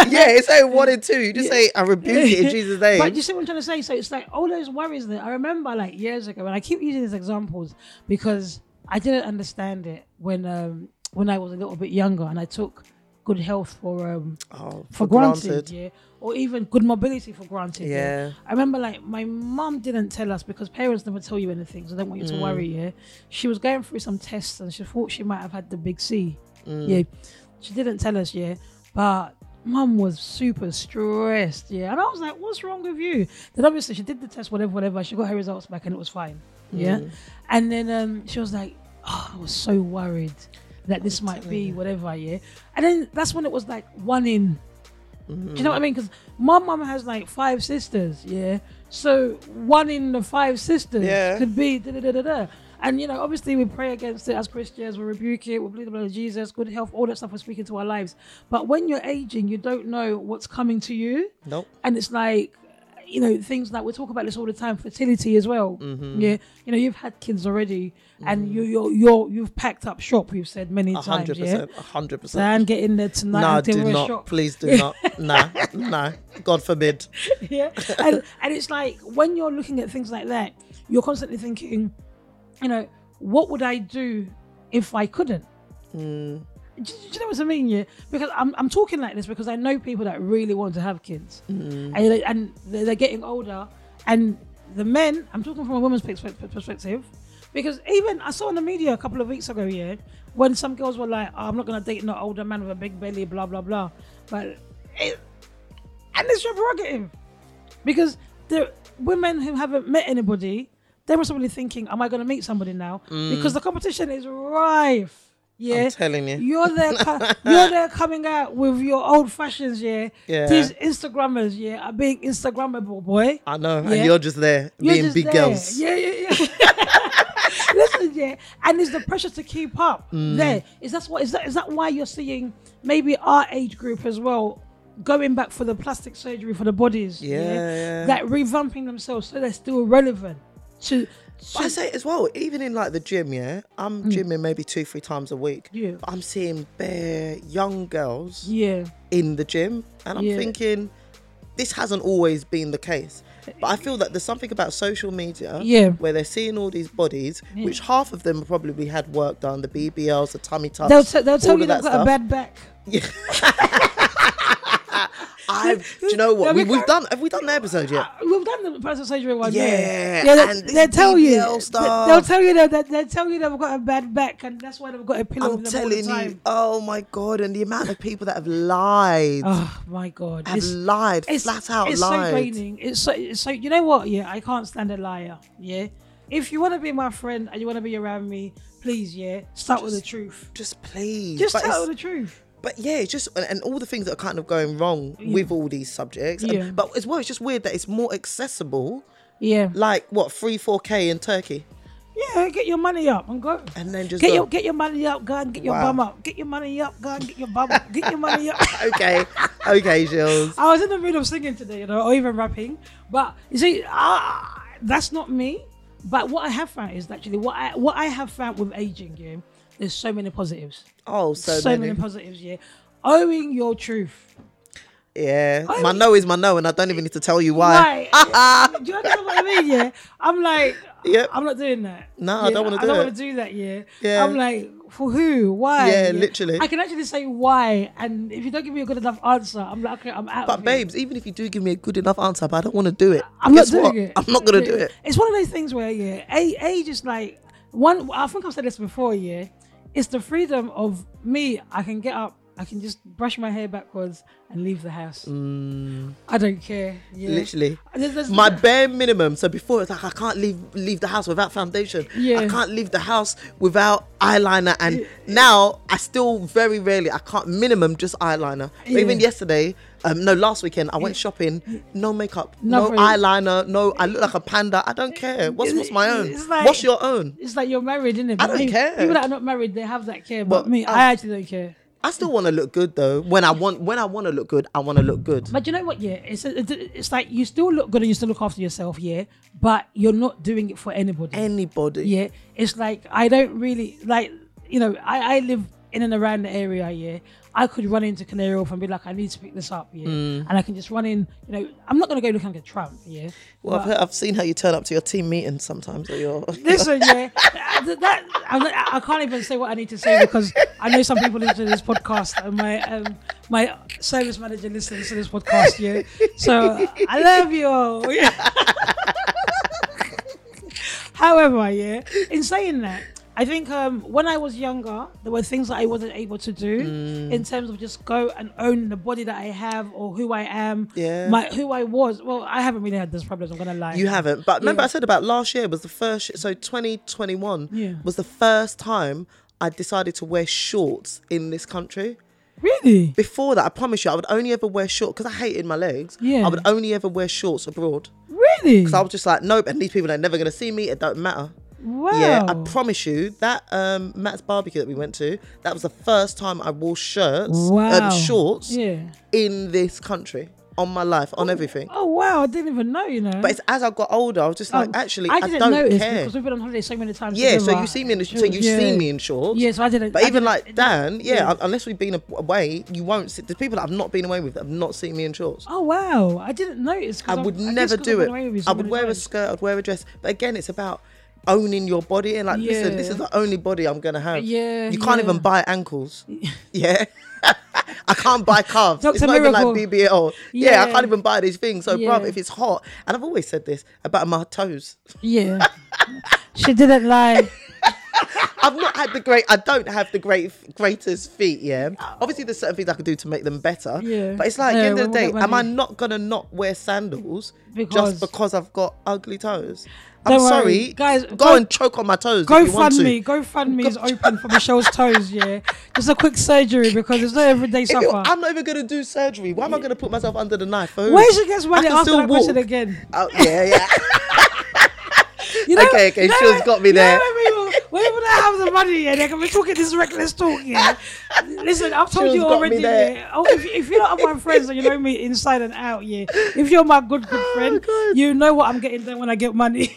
B: yeah, it's saying one in two. You just say, I rebuke it in Jesus' name.
A: But you see what I'm trying to say? So it's like all those worries that I remember like years ago, and I keep using these examples because I didn't understand it when um, when I was a little bit younger, and I took good health for um,
B: oh,
A: for granted, yeah, or even good mobility for granted.
B: Yeah.
A: I remember like my mum didn't tell us because parents never tell you anything, so they don't want you to worry. Yeah, she was going through some tests and she thought she might have had the big C. Yeah, she didn't tell us. Yeah, but mum was super stressed. Yeah, and I was like, "What's wrong with you?" Then obviously she did the test, whatever, whatever. She got her results back and it was fine. Yeah, and then um, she was like, oh, "I was so worried." That this might be whatever, yeah. And then that's when it was like one in do you know what I mean? Because my mum has like five sisters, yeah. So one in the five sisters
B: Yeah.
A: could be da da da da da. And you know, obviously, we pray against it as Christians. We rebuke it. We believe the blood of Jesus, good health, all that stuff. We're speaking to our lives. But when you're aging, you don't know what's coming to you,
B: Nope.
A: and it's like you know, things like we talk about this all the time, fertility as well.
B: Mm-hmm.
A: Yeah, you know, you've had kids already, and you you're, you're you've packed up shop. We've said many
B: A
A: times.
B: hundred
A: Yeah,
B: percent. A hundred percent.
A: Dan, get in there tonight
B: No,
A: and deal
B: do
A: with
B: not.
A: shop.
B: Please do not. No, no. God forbid.
A: yeah. And, and it's like when you're looking at things like that, you're constantly thinking, you know, what would I do if I couldn't? Do, do you know what I mean? Yeah. Because I'm, I'm talking like this because I know people that really want to have kids and, they- and they're they're getting older. And the men, I'm talking from a woman's perspe- perspective, because even I saw on the media a couple of weeks ago, yeah, when some girls were like, oh, I'm not going to date an older man with a big belly, blah, blah, blah. But it, and it's your prerogative because the women who haven't met anybody they're probably thinking am i going to meet somebody now because the competition is rife yeah
B: I'm telling you.
A: you're there co- you're there coming out with your old fashions yeah,
B: Yeah.
A: these instagrammers yeah are being instagrammable boy
B: I know.
A: Yeah.
B: And you're just there
A: You're
B: being
A: just
B: big
A: there.
B: girls.
A: yeah yeah yeah Listen, yeah, and it's the pressure to keep up.
B: Mm.
A: There is that's what is that is that why you're seeing maybe our age group as well going back for the plastic surgery for the bodies.
B: Yeah.
A: like revamping themselves so they're still relevant to.
B: But I
A: to-
B: say as well, even in like the gym, yeah, I'm gymming maybe two, three times a week.
A: Mm. Yeah.
B: But I'm seeing bare young girls
A: yeah,
B: in the gym, and I'm
A: Yeah.
B: thinking this hasn't always been the case. But I feel that there's something about social media
A: Yeah.
B: where they're seeing all these bodies, which half of them probably had work done, the BBLs, the tummy tucks.
A: they'll t- they'll
B: all
A: tell
B: of
A: you they've
B: that
A: got a
B: stuff.
A: bad back.
B: I've, do you know what?
A: They'll
B: We,
A: be "Ah,
B: we've
A: cur-
B: done. Have we done the episode yet?
A: Uh, We've done the plastic surgery one.
B: Yeah,
A: yeah.
B: and
A: They, they
B: this
A: tell you.
B: BBL
A: they-
B: stuff.
A: They'll tell you that that- they'll tell you they've got a bad back, and that's why they've got a pillow.
B: I'm
A: with them all the
B: telling you.
A: time.
B: Oh my god! And the amount of people that have lied,
A: Oh my god!
B: have
A: It's-
B: lied, flat out
A: it's so
B: lied.
A: draining. It's so, it's so you know what? Yeah, I can't stand a liar. Yeah, if you want to be my friend and you want to be around me, please, yeah, start with the truth.
B: just please.
A: Just
B: But it's-
A: tell the truth.
B: but yeah, it's just and, and all the things that are kind of going wrong with all these subjects. And-
A: Yeah.
B: but as well, it's just weird that it's more accessible.
A: Yeah,
B: Like what three, four k in Turkey,
A: yeah. Get your money up and go.
B: and then just
A: Get
B: go,
A: your get your money up, go and get your
B: Wow.
A: bum up. Get your money up, go and get your bum up. Get your money up.
B: okay, okay, Jules.
A: I was in the middle of singing today, you know, or even rapping. But you see, ah, that's not me. But what I have found is actually what I what I have found with aging, yeah, there's so many positives.
B: Oh, so,
A: so
B: many.
A: many positives, yeah. Owing your truth.
B: yeah. my
A: mean-
B: no is my no, and I don't even need to tell you why.
A: Right. do you understand what I mean? Yeah. I'm like,
B: Yep.
A: I'm not doing that.
B: No, I
A: Yeah,
B: don't wanna
A: I
B: do
A: don't
B: it.
A: want to do that, yeah.
B: Yeah.
A: I'm like, for who? Why?
B: Yeah, literally.
A: I can actually say why. And if you don't give me a good enough answer, I'm like, okay, I'm out.
B: But
A: of here.
B: babes, even if you do give me a good enough answer, but I don't want to do it.
A: I'm
B: guess
A: not doing
B: what?
A: it.
B: I'm not gonna do it.
A: It's one of those things where yeah, a age is like one. I think I've said this before. Yeah, it's the freedom of me. I can get up. I can just brush my hair backwards and leave the house. I don't care. Yeah.
B: Mm. Literally.
A: There's- there's-
B: my bare minimum. So before it's like I can't leave leave the house without foundation.
A: Yeah.
B: I can't leave the house without eyeliner. And now I still very rarely I can't minimum just eyeliner. But
A: Yeah.
B: even yesterday, um, no, last weekend I went shopping. No makeup,
A: Nothing.
B: no eyeliner, no. I look like a panda. I don't care. What's what's my own?
A: It's like-
B: what's your own?
A: it's like you're married, isn't it?
B: I don't care.
A: People that are not married, they have that care. But
B: But uh,
A: me, I actually don't care.
B: I still want to look good though. When I want when I want to look good, I want to look good.
A: But you know what? Yeah, it's it's like you still look good and you still look after yourself. Yeah, but you're not doing it for anybody.
B: Anybody.
A: yeah it's like i don't really like you know i i live in and around the area yeah i could run into canary Wharf and be like i need to pick this up yeah
B: Mm.
A: and i can just run in you know i'm not going to go looking like a tramp yeah
B: Well, I've, heard, I've seen how you turn up to your team meeting sometimes or your.
A: listen yeah Uh, th- that I'm not- i can't even say what i need to say because i know some people listen to this podcast and my um my service manager listens to this podcast yeah so i love you all yeah However, yeah, in saying that, I think um, when I was younger, there were things that I wasn't able to do
B: Mm.
A: in terms of just go and own the body that I have or who I am,
B: Yeah.
A: my who I was. Well, I haven't really had this problem. I'm gonna lie.
B: You haven't, but remember
A: Yeah.
B: I said about last year was the first. So 2021
A: Yeah.
B: was the first time I decided to wear shorts in this country.
A: really?
B: Before that, I promise you, I would only ever wear shorts because I hated my legs.
A: Yeah.
B: I would only ever wear shorts abroad.
A: Really?
B: So I was just like, nope. And these people are never gonna see me. It don't matter.
A: wow.
B: Yeah, I promise you that um, Matt's barbecue that we went to, that was the first time I wore shirts
A: Wow.
B: and shorts
A: yeah.
B: in this country. on my life, on everything.
A: Oh wow, I didn't even know. You know,
B: But it's as I got older, I was just like,
A: Oh,
B: actually,
A: I
B: I,
A: didn't
B: don't
A: notice
B: care.
A: because we've been on holiday so many times.
B: Yeah, so
A: together.
B: you see me in the, so you
A: Yeah.
B: see me in shorts.
A: Yeah, so I didn't.
B: But
A: I
B: even
A: didn't-
B: like Dan, yeah,
A: yeah.
B: un- unless we've been a- away, you won't see the people that I've not been away with have not seen me in shorts.
A: oh wow, I didn't notice. 'cause
B: I would
A: I'm- guess
B: never
A: 'cause I've
B: do
A: been
B: it.
A: away with you so
B: I would
A: many
B: wear a
A: times.
B: skirt, I'd wear a dress. But again, it's about owning your body and like, listen, this
A: Yeah.
B: is the only body I'm gonna have.
A: Yeah,
B: You can't
A: yeah.
B: even buy ankles. Yeah. I can't buy calves. it's
A: Dr.
B: not
A: Miracle.
B: even like BBL. Yeah. I
A: Yeah.
B: can't even buy these things. So,
A: Yeah.
B: bruv, if it's hot, and I've always said this about my toes.
A: Yeah, she didn't lie.
B: I've not had the great. I don't have the great greatest feet. Yeah, obviously there's certain things I could do to make them better.
A: Oh. Yeah.
B: but it's like at
A: No,
B: the end of the
A: we'll
B: day,
A: get
B: am I
A: money.
B: not gonna not wear sandals
A: Because-
B: just because I've got ugly toes? I'm
A: Don't worry,
B: sorry,
A: guys,
B: Go,
A: go-
B: and choke on my toes. if you want to.
A: GoFundMe, GoFundMe is open for Michelle's toes. Yeah, just a quick surgery because it's not everyday
B: If you-
A: suffer.
B: I'm not even gonna do surgery. Why am I gonna put myself under the knife? For who?
A: Where she gets
B: I
A: money
B: can
A: after
B: still
A: that question
B: walk.
A: again?
B: Oh, yeah, yeah.
A: You know,
B: Okay, okay,
A: you know
B: Shil's
A: when-
B: got me
A: you know
B: there.
A: when people- when people don't have the money, yeah, they can be talking this reckless talk. Yeah, listen, I've told
B: Shil's
A: you
B: got me
A: already.
B: there.
A: Yeah, oh, if, if you're not my friends and you know me inside and out, yeah, if you're my good good friend,
B: Oh, God.
A: you know what I'm getting done when I get money.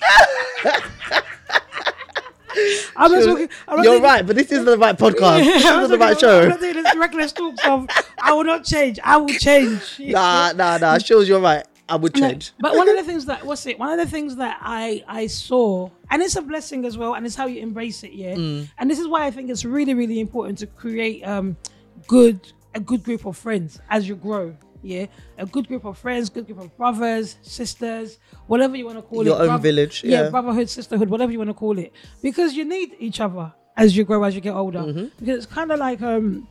A: I'm not talking. I'm not
B: You're
A: doing-
B: right, but this isn't the right podcast.
A: I'm
B: this
A: not
B: isn't
A: talking-
B: the right
A: I'm
B: show.
A: not doing this reckless talks of I will not change. I will change.
B: Nah, nah, nah. Shows you're right. I would
A: No,
B: change.
A: but one of the things that what's it? One of the things that I I saw, and it's a blessing as well, and it's how you embrace it, yeah.
B: Mm.
A: And this is why I think it's really really important to create um good a good group of friends as you grow, yeah. A good group of friends, good group of brothers, sisters, whatever you want to call
B: Your
A: it.
B: own village, yeah.
A: brotherhood, sisterhood, whatever you want to call it, because you need each other as you grow as you get older. Because it's kind of like um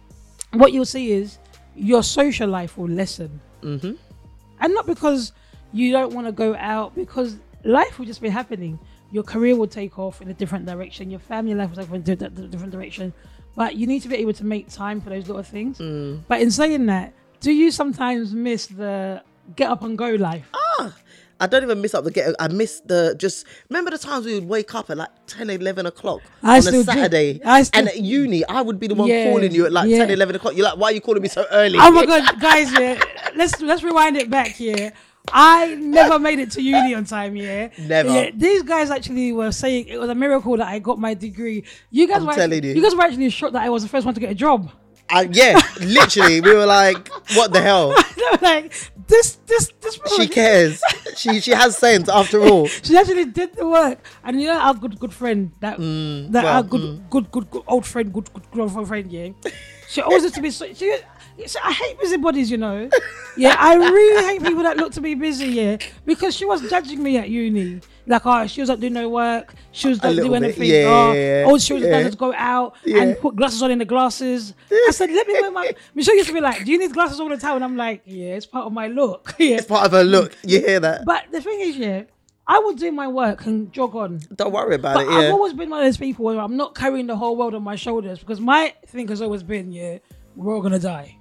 A: what you'll see is your social life will lessen and not because you don't want to go out because life will just be happening your career will take off in a different direction your family life will take off in a di- di- different direction but you need to be able to make time for those little things but in saying that do you sometimes miss the get up and go life
B: I don't even miss up the get. I miss the just. Remember the times we would wake up at like 10, 11 o'clock
A: I
B: on
A: still do.
B: a Saturday,
A: I still-
B: and at uni I would be the one
A: Yeah,
B: calling you at like
A: yeah.
B: 10, 11 o'clock. You're like, why are you calling me so early?
A: oh my god guys yeah let's let's rewind it back here I never made it to uni on time, yeah.
B: Never.
A: Yeah, these guys actually were saying it was a miracle that I got my degree. You guys
B: I'm
A: were
B: telling
A: actually,
B: you.
A: you guys were actually shocked that I was the first one to get a job.
B: I- yeah, literally, we were like, what the hell?
A: they were like, this, this, this.
B: She
A: woman,
B: cares. She she has sense after all.
A: she actually did the work, and you know our good, good friend that that
B: Mm, well,
A: our good, good, good, good old friend, good, good, good friend. Yeah, she always used to be so. She, so I hate busybodies, you know. Yeah, I really hate people that look to be busy. Yeah, because she was judging me at uni. Like, oh, she was not doing no work. She was not
B: little
A: doing
B: bit,
A: anything.
B: yeah,
A: oh,
B: yeah,
A: all she was
B: yeah.
A: doing was go out
B: Yeah.
A: and put glasses on in the glasses. I said, let me wear my. Michelle used to be like, do you need glasses all the time? And I'm like, yeah, it's part of my look. Yeah.
B: It's part of her look. You hear that?
A: But the thing is, yeah, I will do my work and jog on.
B: Don't worry about
A: But
B: it. Yeah.
A: I've always been one of those people where I'm not carrying the whole world on my shoulders because my thing has always been, yeah, we're all gonna die.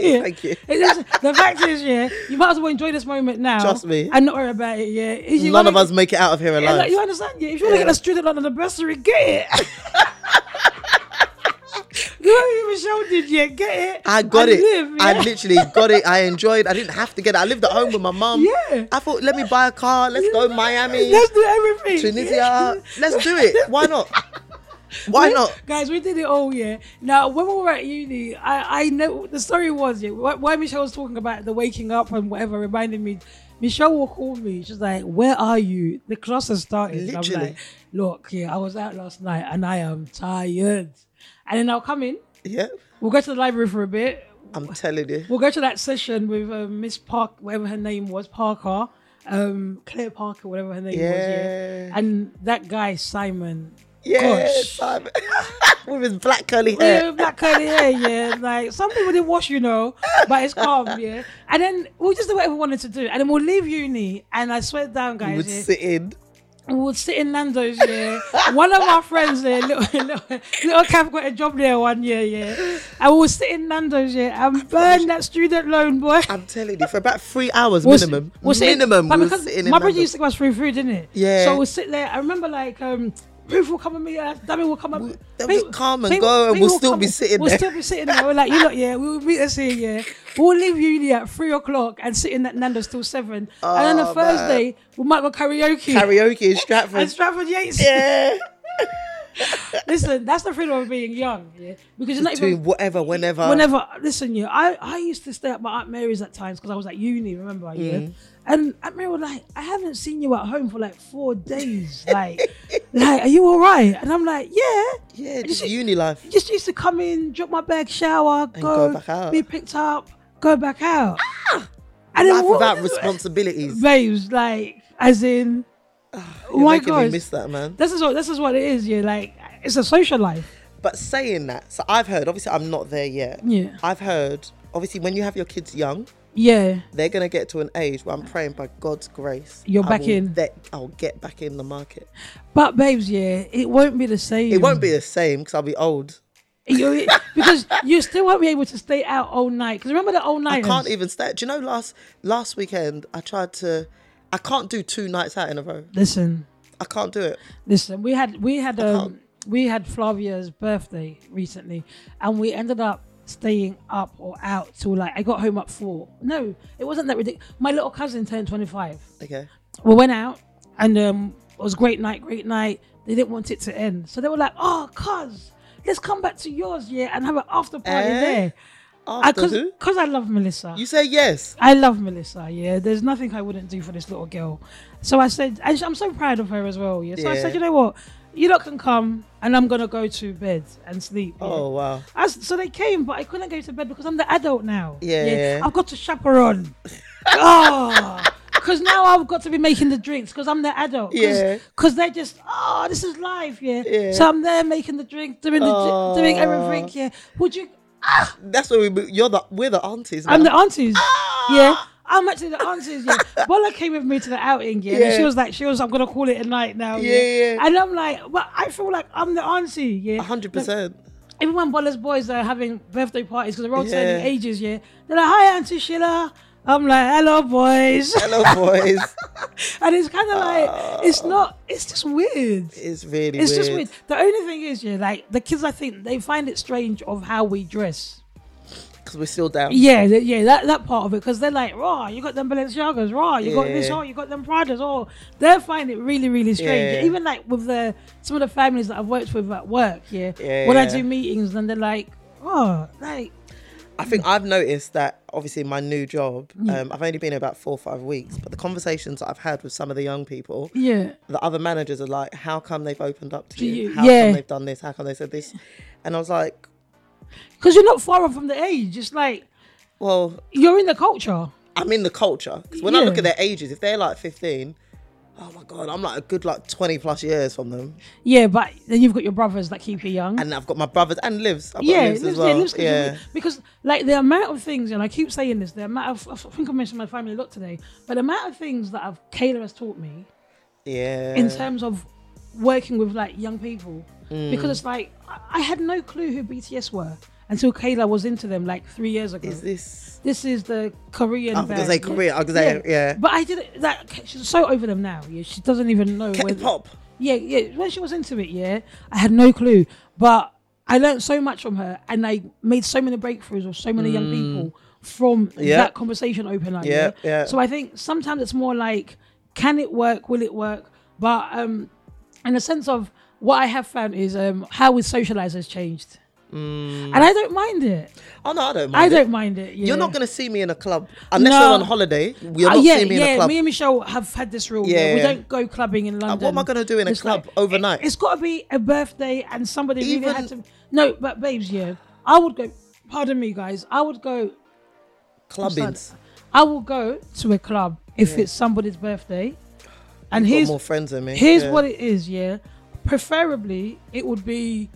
A: yeah.
B: Thank you.
A: It is- the fact is, yeah, you might as well enjoy this moment now.
B: Trust me.
A: And not worry about it, yeah. If you
B: None of
A: wanna-
B: us make it out of here
A: yeah, like,
B: alive.
A: you understand, yeah? If you want to get a student loan on the bursary, get it. you know what Michelle did, yeah? Get it.
B: I got
A: and
B: it.
A: live,
B: I
A: yeah.
B: literally got it. I enjoyed. I didn't have to get it. I lived at home with my mum.
A: Yeah.
B: I thought, let me buy a car. Let's go Miami.
A: Let's do everything.
B: Tunisia. Let's do it. Why not? Why
A: We-
B: not?
A: Guys, we did it all, yeah. Now, when we were at uni, I, I know the story was, yeah, wh- why Michelle was talking about the waking up and whatever reminded me. Michelle will call me. She's like, Where are you? The class has started. And I'm
B: Literally.
A: like, Look, yeah, I was out last night and I am tired. And then I'll come in.
B: Yeah,
A: We'll go to the library for a bit.
B: I'm telling you.
A: We'll go to that session with uh, Miss Park, whatever her name was, Parker, um, Claire Parker, whatever her name was.
B: Yeah.
A: Yeah. And that guy, Simon.
B: Yeah,
A: Gosh.
B: Simon. With his black curly
A: Yeah,
B: hair.
A: with black curly hair, yeah. Like some people didn't wash, you know, but it's calm, yeah. And then we'll just do whatever we wanted to do, and then we'll leave uni. And I swear down,
B: He would
A: guys, yeah,
B: sit in.
A: we would sit in Nando's, yeah. one of our friends, yeah, little, little, little Cap got a job there one year, yeah. And we'll sit in Nando's, yeah, and burn that student loan, boy.
B: I'm telling you, for about three hours
A: We'll sit-
B: minimum.
A: we'll sit in-
B: minimum,
A: but
B: we were
A: because
B: sitting in
A: my brother
B: London.
A: used to go us through food, didn't it?
B: Yeah.
A: So we'll sit there. I remember like um Proof will come at me. Uh, Damien will come at me.
B: they'll just come and go and we'll
A: will
B: still
A: come-
B: be sitting
A: we'll
B: there.
A: still be sitting there. We're like, you lot, yeah, we'll meet us here, yeah. We'll leave uni at three o'clock and sit in that Nando's till seven. and then on
B: Oh,
A: a Thursday, we might go karaoke.
B: Karaoke in
A: and
B: Stratford.
A: Stratford Yates.
B: yeah.
A: Listen, that's the freedom of being young, yeah. Because you're not even
B: Doing whatever, whenever.
A: whenever listen you I, I used to stay at my aunt mary's at times because i was at uni remember yeah
B: Mm.
A: and aunt mary was like i haven't seen you at home for like four days like like are you all right and i'm like yeah
B: Yeah,
A: just-
B: just uni life.
A: you just used to come in drop my bag shower go,
B: go back out.
A: be picked up go back out and
B: Life
A: what-
B: without responsibilities.
A: babes like as in oh
B: Ah, You're
A: my
B: making me
A: god
B: miss that, man.
A: this is what this is what it is yeah like it's a social life
B: But saying that, so I've heard, obviously, I'm not there yet.
A: Yeah.
B: I've heard, obviously, when you have your kids young,
A: yeah
B: they're going to get to an age where I'm praying by God's grace.
A: You're
B: I
A: back
B: will
A: in.
B: That I'll get back in the market.
A: but babes yeah it won't be the same
B: It won't be the same because I'll be old.
A: You- because you still won't be able to stay out all night. Because remember the all
B: I
A: night.
B: can't even stay. Do you know last last weekend I tried to. I can't do two nights out in a row.
A: Listen,
B: I can't do it.
A: listen. We had we had um,
B: can't.
A: we had Flavia's birthday recently, and we ended up staying up or out till like I got home at four. No, it wasn't that ridiculous. My little cousin turned twenty five.
B: Okay.
A: we went out and um it was great night great night they didn't want it to end so they were like oh cuz let's come back to yours yeah and have an after party
B: Eh?
A: there
B: After
A: because
B: who?
A: because I, love melissa
B: You say yes.
A: I love Melissa. Yeah, there's nothing I wouldn't do for this little girl. So I said, and I'm so proud of her as well. Yeah. So I
B: Yeah.
A: said, you know what, you lot can come, and I'm gonna go to bed and sleep. yeah.
B: Oh wow.
A: I s- so they came, but I couldn't go to bed because I'm the adult now.
B: Yeah, yeah.
A: I've got to chaperone. oh, because now I've got to be making the drinks because I'm the adult.
B: Yeah.
A: Because they're just, oh, this is life, yeah.
B: Yeah. Oh.
A: So I'm there making the drink, doing the, dr- doing everything, yeah. Would you? Ah,
B: That's where we. mo- You're the. We're the aunties.
A: I'm the
B: now.
A: aunties. Yeah.
B: Ah.
A: I'm actually the aunties. Yeah. Bola came with me to the outing. Yeah. And
B: Yeah.
A: she was like, she was, I'm going to call it a night now. Yeah.
B: Yeah, yeah.
A: And I'm like, but I feel like I'm the auntie. Yeah.
B: hundred percent.
A: Even when Bola's boys are having birthday parties because they're all turning
B: Yeah.
A: ages. Yeah. They're like, hi, Auntie Sheila. I'm like, hello, boys.
B: Hello, Ah. boys.
A: and it's kind of like, it's not, it's just weird.
B: It's really.
A: It's just weird. The only thing is, yeah, like the kids, I think they find it strange of how we dress.
B: because we're still down.
A: Yeah, th- yeah, that, that part of it because they're like, raw, you got them Balenciagas, raw, you got this,
B: Yeah.
A: oh, you got them Pradas, oh, they find it really, really strange.
B: Yeah.
A: Even like with the some of the families that I've worked with at work, yeah,
B: Yeah,
A: when I
B: yeah.
A: do meetings, then they're like, oh, like,
B: I think I've noticed that obviously in my new job, um, I've only been here about four or five weeks, but the conversations that I've had with some of the young people,
A: yeah,
B: the other managers are like, how come they've opened up to
A: Do
B: you?
A: you-
B: How
A: yeah.
B: come they've done this? How come they said this? And I was like,
A: because you're not far off from the age. It's like
B: well,
A: you're in the culture.
B: I'm in the culture. 'Cause when I
A: Yeah.
B: look at their ages, if they're like 15, oh my God, I'm like a good like 20 plus years from them.
A: Yeah, but then you've got your brothers that keep you young.
B: And I've got my brothers and lives. I've got
A: yeah,
B: lives as
A: lives-
B: well.
A: yeah, lives could be-
B: yeah.
A: because like the amount of things, and I keep saying this, the amount of I think I mentioned my family a lot today, but the amount of things that I've Kayla has taught me
B: Yeah. Mm.
A: in terms of working with like young people because it's like I- I had no clue who BTS were until Kayla was into them like three years ago.
B: Is Oh, this.
A: this is the Korean.
B: I was gonna
A: band,
B: say
A: yeah.
B: Korea. I was gonna say, yeah.
A: But I didn't. That she's so over them now. Yeah, she doesn't even know. where-
B: K-pop.
A: yeah, yeah. When she was into it, yeah, I had no clue. But I learned so much from her, and I made so many breakthroughs with so many young people from
B: Mm. Yeah.
A: that conversation opener.
B: Yeah, yeah.
A: So I think sometimes it's more like, can it work? Will it work? But um, in a sense of what I have found is um, how we socialize has changed, and I don't mind it.
B: Oh no, I don't Mm. mind.
A: I
B: it.
A: don't mind it. Yeah.
B: You're not going to see me in a club unless
A: No.
B: we're on holiday. You're
A: Uh,
B: not
A: yeah,
B: seeing me in
A: yeah,
B: a club.
A: me and Michelle have had this rule.
B: Yeah,
A: Yeah, we
B: yeah. Uh,
A: don't go clubbing in London.
B: what am I gonna do in a
A: It's
B: club overnight?
A: It, has got to be a birthday and somebody
B: Even-
A: really had to. No, but babes, yeah, I would go. Pardon me, guys. I would go.
B: Clubbings.
A: I will go to a club if it's somebody's birthday. And
B: Got
A: here's
B: more friends than me.
A: here's
B: Yeah.
A: what it is. Yeah, preferably it would be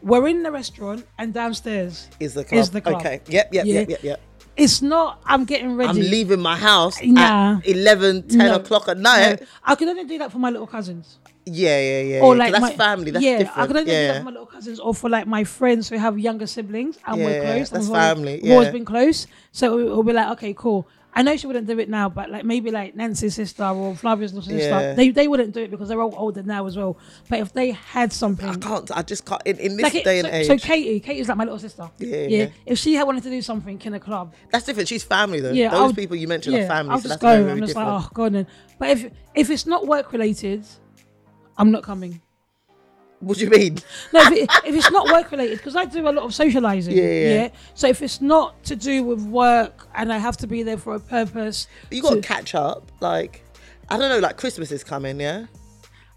A: we're in the restaurant and downstairs.
B: is the club.
A: the club.
B: Okay. Yep, yep,
A: Yeah.
B: yep, yep, yep.
A: It's not. I'm getting ready.
B: I'm leaving my house
A: Nah.
B: at 11, 10
A: No.
B: o'clock at night.
A: No, I could only do that for my little cousins.
B: Yeah, yeah, yeah.
A: or
B: yeah.
A: like
B: 'Cause
A: my,
B: that's family. That's
A: yeah, I
B: different.
A: can only do that
B: yeah.
A: for my little cousins or for like my friends who have younger siblings and we're
B: Yeah,
A: close. and
B: that's
A: we've always-
B: family,
A: We've always
B: yeah.
A: been close, so we- we'll be like, okay, cool. I know she wouldn't do it now, but like maybe like Nancy's sister or Flavia's little sister,
B: Yeah.
A: they, they wouldn't do it because they're all older now as well. But if they had
B: I
A: something,
B: can't. I just can't. In, in this
A: like it-
B: day and
A: so,
B: age,
A: so Katie, Katie's like my little sister.
B: Yeah, yeah, yeah.
A: If she had wanted to do something in a club,
B: that's different. She's family though.
A: yeah,
B: Those
A: I'll-
B: people you mentioned are family.
A: I'll
B: so
A: just
B: that's
A: go.
B: very, very
A: I'm just
B: different.
A: like, oh god. Then. But if if it's not work related, I'm not coming. oh.
B: What do you mean?
A: No, if, it, if it's not work related, because I do a lot of socializing.
B: Yeah, yeah.
A: So if it's not to do with work and I have to be there for a purpose,
B: You got to
A: to-
B: catch up. Like, I don't know. Like Christmas is coming. Yeah.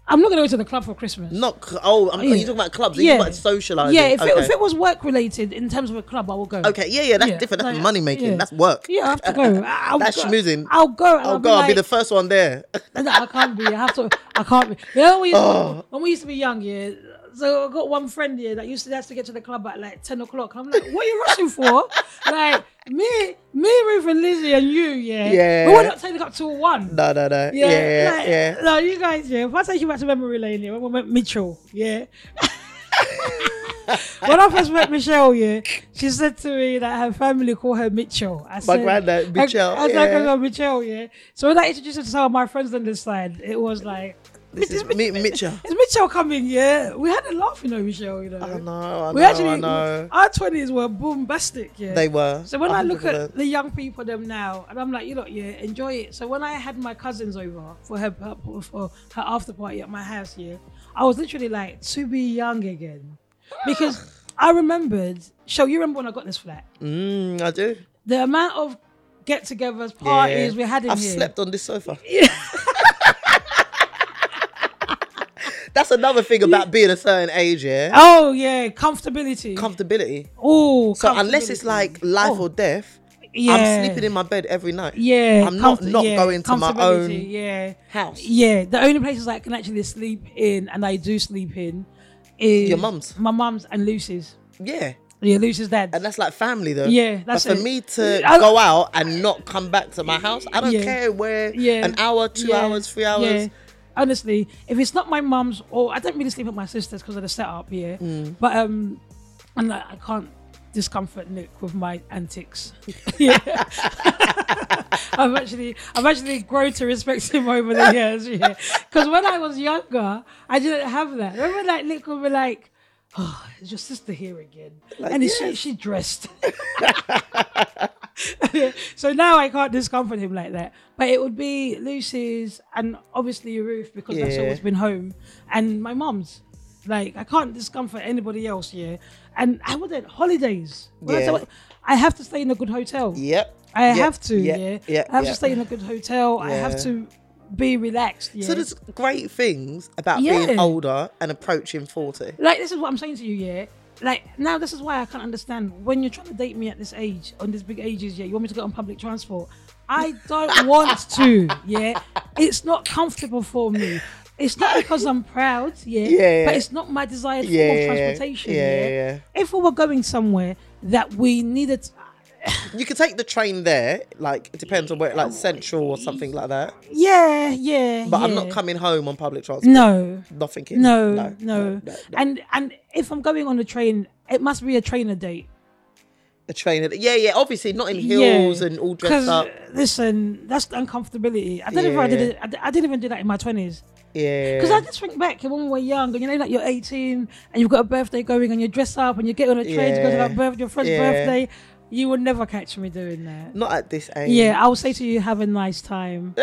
A: I'm not going to go to the club for Christmas.
B: Not. cl- Oh, I'm, are you
A: Yeah.
B: talking about clubs? Are
A: Yeah.
B: You talking about socializing.
A: Yeah, if,
B: okay.
A: it, if it was work related in terms of a club, I will go.
B: okay. Yeah, yeah. That's
A: Yeah,
B: different. That's
A: like,
B: money making.
A: yeah.
B: That's work.
A: Yeah, I have to go. I- I'll
B: That's
A: go.
B: schmoozing.
A: I'll go. And
B: Oh
A: I'll
B: God, I'll be
A: like,
B: the first one there.
A: No, I can't be. I have to. I can't be. You know, when, we used
B: Oh.
A: to, when we used to be young, yeah. So I got one friend here that used to have to get to the club at like ten o'clock. I'm like, what are you rushing for? like me, me, Ruth, and Lizzie, and you, yeah.
B: Yeah.
A: But we're not turning up till one.
B: No, no, no. Yeah,
A: Yeah,
B: yeah,
A: like,
B: yeah.
A: No, you guys, yeah. If I take you back to memory lane, yeah, when we met Mitchell, yeah. when I first met Michelle, yeah, she said to me that her family call her Mitchell. I said,
B: granddad, Mitchell,
A: I, I
B: yeah.
A: said, "Oh, Mitchell, yeah. So when I introduced her to some of my friends on this side, it was like,
B: This is me, Mitchell.
A: is Mitchell coming? Yeah. We had a laugh, you know, Michelle, you know.
B: I know. I
A: we
B: know.
A: actually,
B: Oh, I know.
A: our 20s were bombastic, yeah.
B: They were.
A: So when I look
B: 100%.
A: at the young people them now, and I'm like, you lot, yeah, enjoy it. So when I had my cousins over for her for her after party at my house, yeah, I was literally like to be young again, because I remembered. So you remember when I got this flat?
B: mm, I do.
A: The amount of get-togethers, parties
B: Yeah.
A: we had in
B: I've
A: here.
B: slept on this sofa. That's another thing about being a certain age, yeah.
A: Oh yeah, comfortability.
B: Comfortability.
A: oh,
B: So unless it's
A: comfortability.
B: like life
A: Oh,
B: or death,
A: yeah.
B: I'm sleeping in my bed every night.
A: Yeah,
B: I'm not
A: comfort-
B: not
A: yeah,
B: going to my
A: comfortability,
B: own
A: yeah.
B: house.
A: Yeah, the only places I can actually sleep in, and I do sleep in, is
B: Your mum's.
A: my mum's, and Lucy's.
B: Yeah,
A: Yeah, Lucy's dad.
B: and that's like family though.
A: Yeah, that's
B: but for
A: it.
B: me to
A: I-
B: go out and not come back to my house, I don't
A: Yeah.
B: care where.
A: Yeah.
B: an hour, two
A: Yeah,
B: hours, three hours.
A: yeah. Honestly, if it's not my mum's, or I don't really sleep at my sister's because of the setup here,
B: Mm.
A: but um, and like, I can't discomfort Nick with my antics. yeah, I've actually I've actually grown to respect him over the years. Yeah, because when I was younger, I didn't have that. Remember, like Nick would be like. Oh, it's your sister here again,
B: Like,
A: and it's- she,
B: yes.
A: she dressed. so now I can't discomfort him like that. But it would be Lucy's and obviously Ruth because that's
B: Yeah.
A: always been home, and my mum's. Like I can't discomfort anybody else, yeah. And I wouldn't holidays. When I say
B: Yeah.
A: what- I have to stay in a good hotel.
B: Yep.
A: I
B: yep,
A: have to,
B: yep,
A: yeah.
B: yep,
A: I have
B: yep.
A: to stay in a good hotel. I have
B: Yeah.
A: to be relaxed. Yeah.
B: So there's great things about being
A: Yeah.
B: older and approaching forty.
A: like this is what I'm saying to you, yeah. Like now, this is why I can't understand when you're trying to date me at this age, on this big ages, yeah. You want me to get on public transport? I don't want to, yeah. It's not comfortable for me. It's not because I'm proud, yeah.
B: Yeah.
A: But it's not my desired form
B: Yeah,
A: of transportation.
B: yeah,
A: Yeah,
B: yeah.
A: If we were going somewhere that we needed,
B: You could take the train there, like it depends on where, like central or something like that.
A: yeah, yeah.
B: But I'm not
A: yeah.
B: coming home on public transport.
A: No,
B: Nothing. kidding.
A: no,
B: no,
A: no, And and if I'm going on a train, it must be a trainer date.
B: a train. Yeah, yeah. Obviously, not in heels and all dressed
A: Because
B: up.
A: listen, that's uncomfortability. I don't know if I did it. I, d- I didn't even do that in my twenties.
B: Yeah.
A: Because I just think back when we were young, and you know, like you're 18 and you've got a birthday going, and you dress up and you get on a train to go to
B: Yeah.
A: that birth, your friend's
B: Yeah.
A: birthday. You would never catch me doing that.
B: not at this age.
A: Yeah, I will say to you, have a nice time.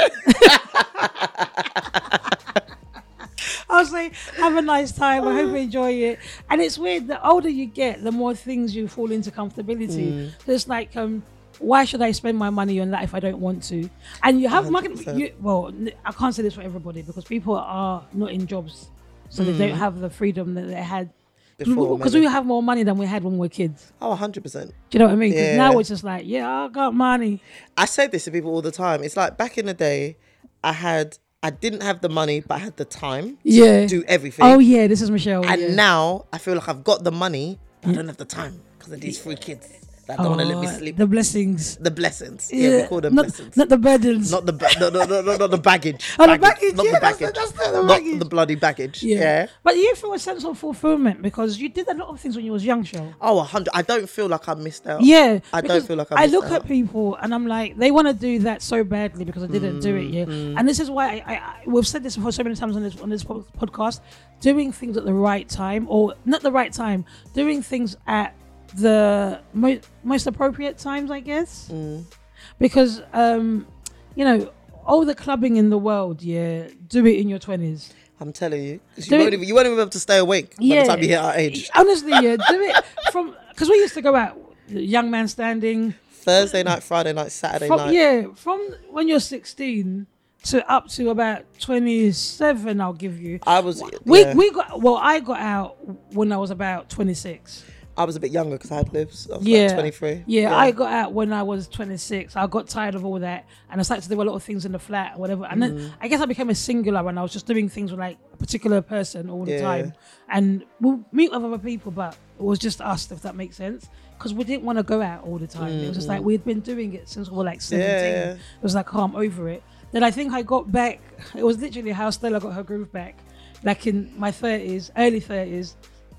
A: I'll say, have a nice time. I hope you enjoy it. And it's weird. The older you get, the more things you fall into comfortability. So it's like, um, why should I spend my money on that if I don't want to? And you have market.
B: 100%.
A: You, well, n- I can't say this for everybody because people are not in jobs, so they don't have the freedom that they had.
B: Before,
A: Because we
B: maybe.
A: have more money than we had when we were kids.
B: Oh, 100 percent.
A: Do you know what I mean? 'Cause
B: Yeah.
A: now it's just like, yeah, I got money.
B: I say this to people all the time. It's like back in the day, I had, I didn't have the money, but I had the time to
A: Yeah.
B: do everything.
A: Oh yeah, this is Michelle.
B: and
A: yeah.
B: now I feel like I've got the money, but I don't have the time because of these three kids. that don't want to let me
A: Oh,
B: sleep.
A: The blessings.
B: The blessings. Yeah, we call them
A: not,
B: blessings.
A: Not the burdens.
B: Not the ba- no, no, no, no, not the baggage.
A: Oh, the baggage,
B: Not
A: yeah,
B: the
A: that's the-
B: baggage.
A: that's the- the
B: not
A: baggage.
B: the bloody baggage. Yeah.
A: But you feel a sense of fulfillment because you did a lot of things when you was young, Cheryl.
B: Oh, a hundred. I don't feel like I missed out.
A: Yeah,
B: I don't
A: because
B: feel like I
A: I
B: missed
A: look
B: out.
A: at people and I'm like, they want to do that so badly because I didn't do it. Yeah,
B: Mm-hmm.
A: and this is why I, I, I we've said this before so many times on this on this po- podcast. Doing things at the right time, or not the right time, doing things at the mo- most appropriate times, I guess,
B: Mm.
A: because um, you know all the clubbing in the world. Yeah, do it in your twenties.
B: I'm telling you, 'cause
A: Do
B: you, won't
A: it-
B: even, you won't even be able to stay awake by the time you hit our age.
A: Honestly, yeah, do it from because we used to go out, young man standing.
B: Thursday night, Friday night, Saturday
A: From,
B: night.
A: yeah, from when you're 16 to up to about 27, I'll give you.
B: I was.
A: We
B: yeah,
A: we got well. I got out when I was about 26.
B: I was a bit younger because I had lives. I was
A: Yeah,
B: like 23.
A: Yeah, I got out when I was 26. I got tired of all that, and I started to do a lot of things in the flat, whatever. And
B: Mm.
A: then I guess I became a singular, and I was just doing things with like a particular person all the
B: Yeah.
A: time, and we'll meet with other people, but it was just us, if that makes sense. Because we didn't want to go out all the time. It was just like
B: Mm-hmm.
A: we'd been doing it since we were like 17.
B: Yeah.
A: It was like, oh, I'm over it. Then I think I got back, it was literally how Stella got her groove back, like in my 30s, early 30s.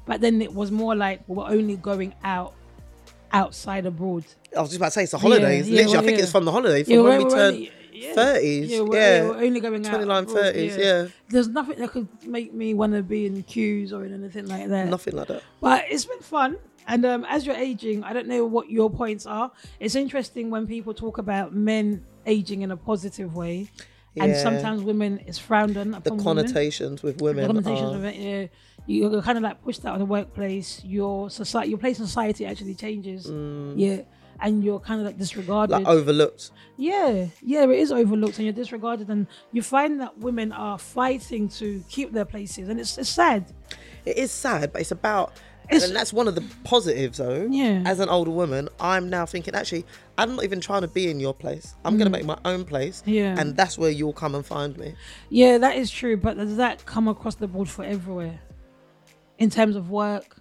A: But then it was more like we were only going out outside abroad.
B: I was just about to say it's the holidays.
A: yeah,
B: Literally,
A: well,
B: I think
A: yeah.
B: it's from the holiday from
A: Yeah,
B: when
A: we're-
B: we
A: we're
B: turned
A: only- yeah.
B: 30s.
A: Yeah,
B: Yeah,
A: we're, yeah, we're only going out
B: 29,
A: abroad,
B: 30s. Yeah.
A: There's nothing that could make me want to be in queues or in anything like that.
B: nothing like that.
A: But it's been fun. And um, as you're aging, I don't know what your points are. It's interesting when people talk about men aging in a positive way, and
B: Yeah.
A: sometimes women is frowned on.
B: The
A: upon women.
B: connotations with women.
A: The connotations of
B: are,
A: it. Yeah, you're kind of like pushed out of the workplace. Your society, your place in society actually changes. Yeah, and you're kind of like disregarded.
B: Mm. like oh. overlooked.
A: Yeah, yeah, it is overlooked and you're disregarded, and you find that women are fighting to keep their places, and it's, it's sad.
B: It is sad, but it's about.
A: It's-
B: and that's one of the positives, though.
A: Yeah.
B: As an older woman, I'm now thinking, actually, I'm not even trying to be in your place. I'm going to make my own place.
A: Mm. Yeah.
B: And that's where you'll come and find me.
A: Yeah, that is true, but does that come across the board for everywhere in terms of work?